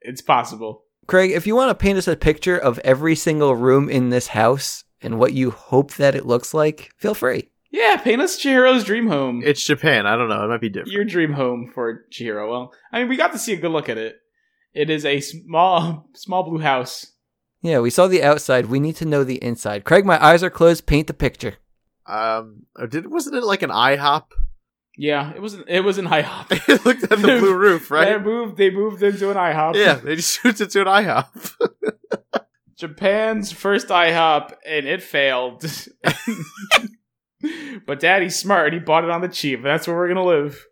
S3: It's possible.
S1: Craig, if you want to paint us a picture of every single room in this house and what you hope that it looks like, feel free.
S3: Yeah, paint us Chihiro's dream home.
S2: It's Japan. I don't know. It might be different.
S3: your dream home for Chihiro. Well, I mean, we got to see a good look at it. It is a small, small blue house.
S1: Yeah, we saw the outside. We need to know the inside. Craig, my eyes are closed. Paint the picture.
S2: Um, did wasn't it like an IHOP?
S3: Yeah, it was. It was an IHOP.
S2: They looked at the blue roof,
S3: They
S2: right?
S3: moved. They moved into an IHOP.
S2: Yeah, they just shoots it to an IHOP.
S3: Japan's first IHOP, and it failed. but Daddy's smart. He bought it on the cheap. That's where we're gonna live.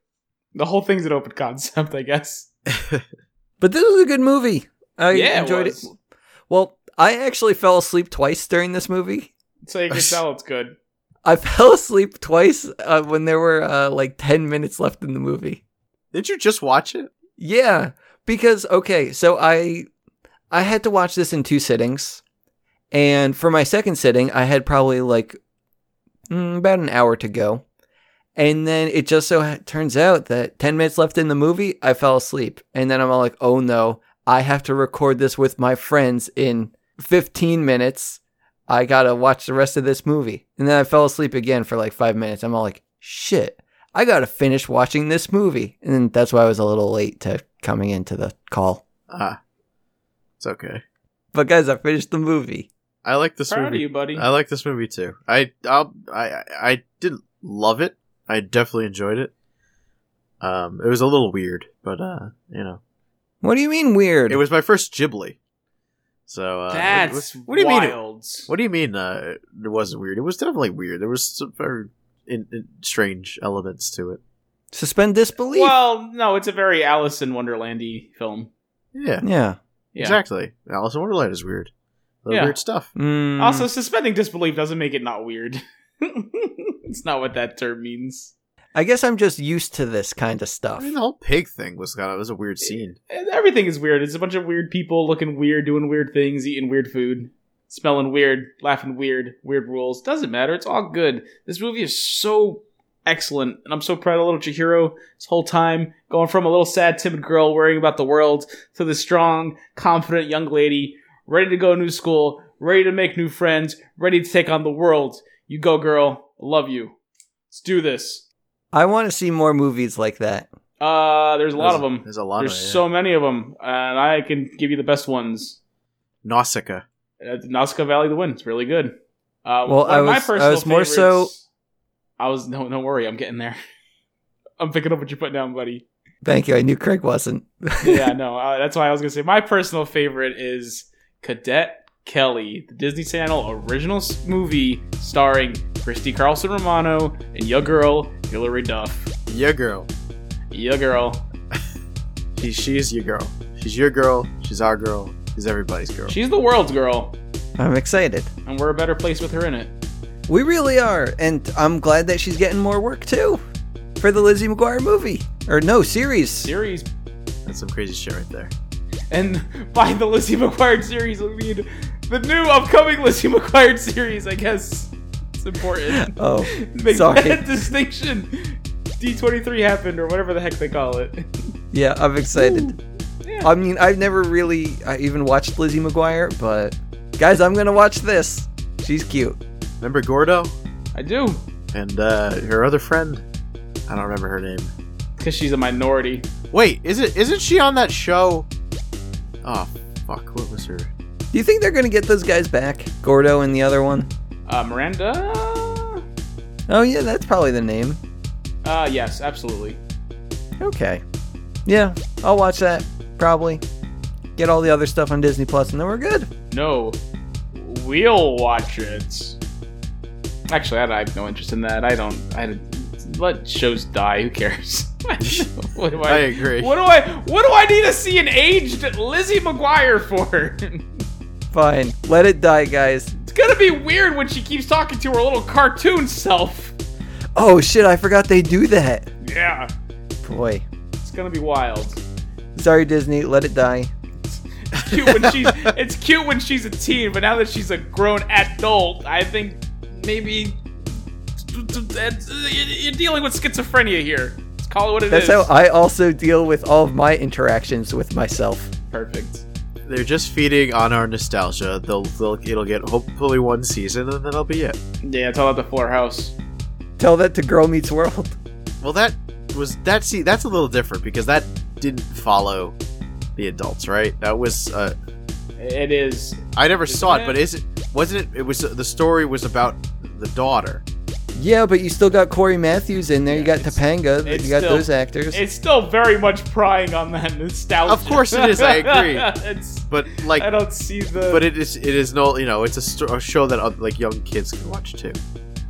S3: The whole thing's an open concept, I guess.
S1: But this was a good movie. I
S3: yeah,
S1: enjoyed
S3: it. Was.
S1: Well, I actually fell asleep twice during this movie.
S3: So you can tell it's good.
S1: I fell asleep twice uh, when there were uh, like 10 minutes left in the movie.
S2: Did you just watch it?
S1: Yeah, because okay, so I I had to watch this in two sittings, and for my second sitting, I had probably like mm, about an hour to go, and then it just so ha- turns out that ten minutes left in the movie, I fell asleep, and then I'm all like, oh no, I have to record this with my friends in fifteen minutes. I gotta watch the rest of this movie, and then I fell asleep again for like five minutes. I'm all like, shit. I gotta finish watching this movie. And that's why I was a little late to coming into the call.
S2: Ah, it's okay.
S1: But guys, I finished the movie.
S2: I like this
S3: Proud of
S2: movie.
S3: you, buddy.
S2: I like this movie too. I I'll, I I I didn't love it. I definitely enjoyed it. Um, it was a little weird, but uh, you know,
S1: What do you mean weird?
S2: it was my first Ghibli. So uh,
S3: That's
S2: what, what do you mean? it-
S3: wild.
S2: What do you mean? Uh, it wasn't weird. It was definitely weird. There was some very in, in- strange elements to it.
S1: Suspend disbelief.
S3: Well, no, it's a very Alice in Wonderlandy film.
S2: Yeah,
S1: yeah.
S3: Yeah.
S2: exactly. Alice in Wonderland is weird. The
S3: Yeah.
S2: Weird stuff.
S1: Mm,
S3: Also, suspending disbelief doesn't make it not weird. it's not what that term means.
S1: I guess I'm just used to this kind of
S2: I
S1: stuff.
S2: mean, the whole pig thing was kind of it was a weird scene.
S3: And Everything is weird. It's a bunch of weird people looking weird, doing weird things, eating weird food, smelling weird, laughing weird, weird rules. Doesn't matter. It's all good. This movie is so excellent, and I'm so proud of little Chihiro this whole time, going from a little sad, timid girl worrying about the world to the strong, confident young lady ready to go to new school, ready to make new friends, ready to take on the world. You go, girl. Love you. Let's do this.
S1: I want to see more movies like that.
S3: Uh, there's a lot of them.
S2: There's a lot
S3: There's
S2: of
S3: so many of them, and I can give you the best ones.
S2: Nausicaa.
S3: Uh, Nausicaa Valley, the win. It's really good. Uh,
S1: Well,
S3: one
S1: I
S3: of my
S1: was- I
S3: personal
S1: was more so-
S3: favorites- I was no, no worry. I'm getting there. I'm picking up what you put down, buddy.
S1: Thank you. I knew Craig wasn't.
S3: yeah, no, uh, that's why I was gonna say my personal favorite is Cadet Kelly, the Disney Channel original s- movie starring Christy Carlson Romano and your girl Hilary Duff.
S2: Your girl.
S3: Your girl,
S2: She, she's your girl. She's your girl. She's our girl. She's everybody's girl.
S3: she's the world's girl,
S1: I'm excited.
S3: and we're a better place with her in it.
S1: We really are, and I'm glad that she's getting more work too for the Lizzie McGuire movie or no series.
S3: Series,
S2: That's some crazy shit right there.
S3: and by the Lizzie McGuire series, I mean the new upcoming Lizzie McGuire series. I guess it's important.
S1: Oh,
S3: Make
S1: Sorry.
S3: that distinction. D23 happened, or whatever the heck they call it.
S1: yeah, I'm excited.
S3: Yeah.
S1: I mean, I've never really I even watched Lizzie McGuire, but guys, I'm gonna watch this. She's cute.
S2: Remember Gordo
S3: I do.
S2: and uh, her other friend? I don't remember her name.
S3: because she's a minority.
S2: Wait, is it isn't she on that show? Oh fuck, what was her?
S1: Do you think they're gonna get those guys back, Gordo and the other one?
S3: Uh, Miranda?
S1: Oh yeah, that's probably the name.
S3: Uh, yes, absolutely.
S1: Okay. Yeah, I'll watch that probably. Get all the other stuff on Disney Plus, and then we're good.
S3: No, we'll watch it. Actually, I I have no interest in that. I don't. I let shows die. Who cares? what do
S2: I
S3: I?
S2: agree.
S3: What do I? What do I need to see an aged Lizzie McGuire for? it's
S1: Fine, let it die, guys.
S3: gonna be weird when she keeps talking to her little cartoon self.
S1: Oh shit, I forgot they do that.
S3: Yeah,
S1: Boy.
S3: it's gonna be wild.
S1: Sorry, Disney, let it die.
S3: cute when she's it's cute when she's a teen, but now that she's a grown adult, I think maybe you're dealing with schizophrenia here. Let's call it what it is.
S1: That's how I also deal with all of my interactions with myself.
S3: Perfect.
S2: They're just feeding on our nostalgia. They'll, they'll it'll get hopefully one season and that'll be it.
S3: Yeah, it's all about the Fuller House.
S1: Tell that to Girl Meets World.
S2: Well, that was that. See, that's a little different because that didn't follow the adults, right? That was uh,
S3: It is.
S2: I never saw it,
S3: it?
S2: but is it wasn't it? It was the story was about the daughter.
S1: Yeah, but you still got Corey Matthews in there. you got Topanga.
S3: it's
S1: You got
S3: still-
S1: those actors.
S3: It's still very much prying on that nostalgia.
S2: Of course it is, I agree.
S3: it's.
S2: But like,
S3: I don't see the.
S2: but it is it is no, you know, it's a, sto- a show that uh, like young kids can watch too.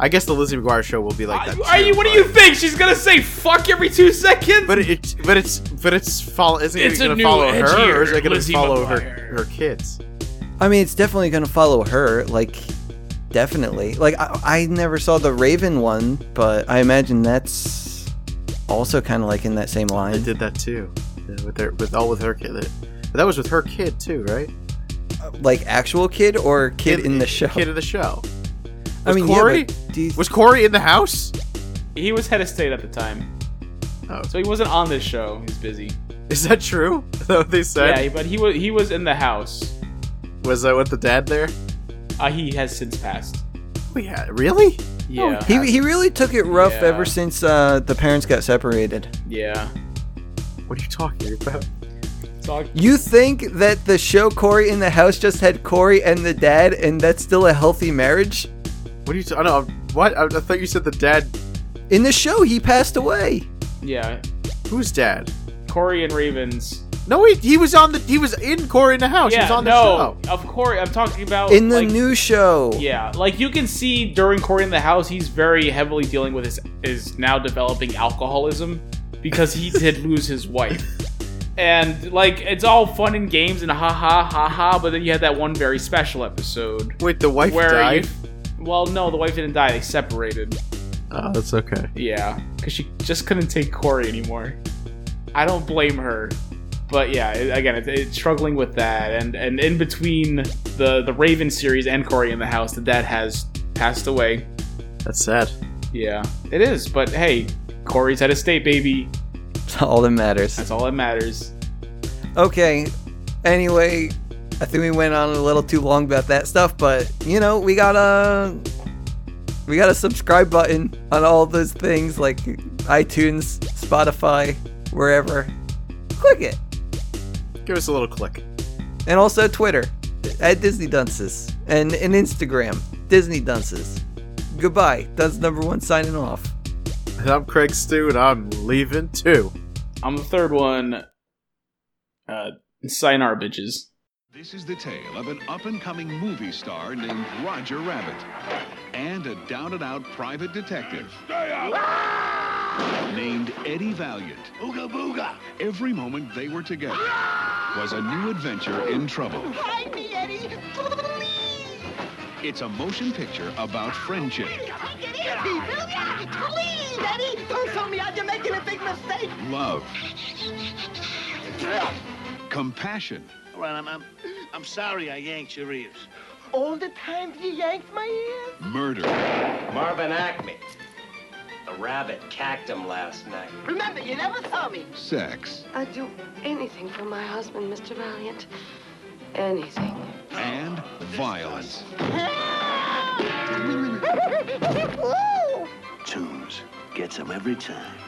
S2: I guess the Lizzie McGuire show will be like that.
S3: Are, are
S2: too,
S3: you? What do
S2: but-
S3: you think? She's gonna say "fuck" every two seconds.
S2: But it, but it's, but it's follow. Isn't
S3: It's
S2: it
S3: a
S2: going to
S3: new
S2: follow her, or is
S3: edgier
S2: it going to
S3: Lizzie
S2: follow her,
S3: McGuire.
S2: her kids?
S1: I mean, it's definitely going to follow her. Like, definitely. Like, I, I never saw the Raven one, but I imagine that's also kind of like in that same
S2: They
S1: line.
S2: did that too, yeah, with their, with all with her kid. But that was with her kid too, right?
S1: Like, actual kid or kid, in the show?
S2: Kid in the show.
S1: I
S2: was
S1: mean,
S2: Corey?
S1: yeah, but do you-
S2: Was Corey in the house?
S3: he was head of state at the time,
S2: Oh.
S3: so he wasn't on this show. He's busy.
S2: Is that true? Is that what they said?
S3: Yeah, but he was he was in the house.
S2: Was that with the dad there?
S3: Uh, he has since passed.
S2: Oh, yeah. Really?
S3: Yeah,
S1: he, he really took it rough
S3: Yeah.
S1: ever since uh, the parents got separated.
S3: yeah.
S2: What are you talking about?
S3: Talk-
S1: You think that the show Corey in the House just had Corey and the dad, and that's still a healthy marriage?
S2: What are you? Ta- I know. What? I, I thought you said the dad.
S1: In the show, he passed away.
S3: yeah.
S2: Who's dad?
S3: Corey and Ravens.
S2: No, he, he was on the. He was in Corey in the house.
S3: yeah,
S2: he was on the
S3: no, of Corey. I'm talking about
S1: In the
S3: Oh, like,
S1: new show.
S3: Yeah, like you can see during Corey in the house, he's very heavily dealing with his is now developing alcoholism because he did lose his wife. And like it's all fun and games and ha ha ha ha, but then you had that one very special episode
S2: show. Wait, the wife
S3: where
S2: died.
S3: you. Well, no, the wife didn't die. They separated.
S2: Oh, that's okay.
S3: Yeah, because she just couldn't take Corey anymore. I don't blame her, but yeah, it, again, it, it's struggling with that, and and in between the the Raven series and Corey in the house, the dad has passed away.
S2: That's sad.
S3: Yeah, it is, but hey, Corey's head of state, baby.
S1: It's all that matters.
S3: That's all that matters.
S1: Okay. Anyway, I think we went on a little too long about that stuff, but you know, we got a we got a subscribe button on all those things like iTunes, Spotify, wherever. Click it.
S2: Give us a little click.
S1: And also Twitter at Disney Dunces and, and Instagram, Disney Dunces. Goodbye. Dunce number one signing off.
S2: I'm Craig Stew, and I'm leaving too.
S3: I'm the third one. Uh, sign our bitches.
S5: This is the tale of an up and coming movie star named Roger Rabbit and a down and out private detective named Eddie Valiant. Ooga booga! Every moment they were together was a new adventure in trouble.
S6: Hide me, Eddie! Please!
S5: It's a motion picture about friendship,
S6: Come get in! Please, Eddie! Don't tell me you're making a big mistake!
S5: love, compassion,
S7: All right, I'm, I'm, I'm sorry I yanked your ears.
S6: All the times you yanked my ears?
S5: murder,
S8: Marvin Acme. The rabbit cacked him last night.
S6: Remember, you never saw me.
S5: sex,
S9: I'd do anything for my husband, Mr. Valiant. Anything.
S5: and violence.
S6: Woo!
S7: Tunes gets them every time.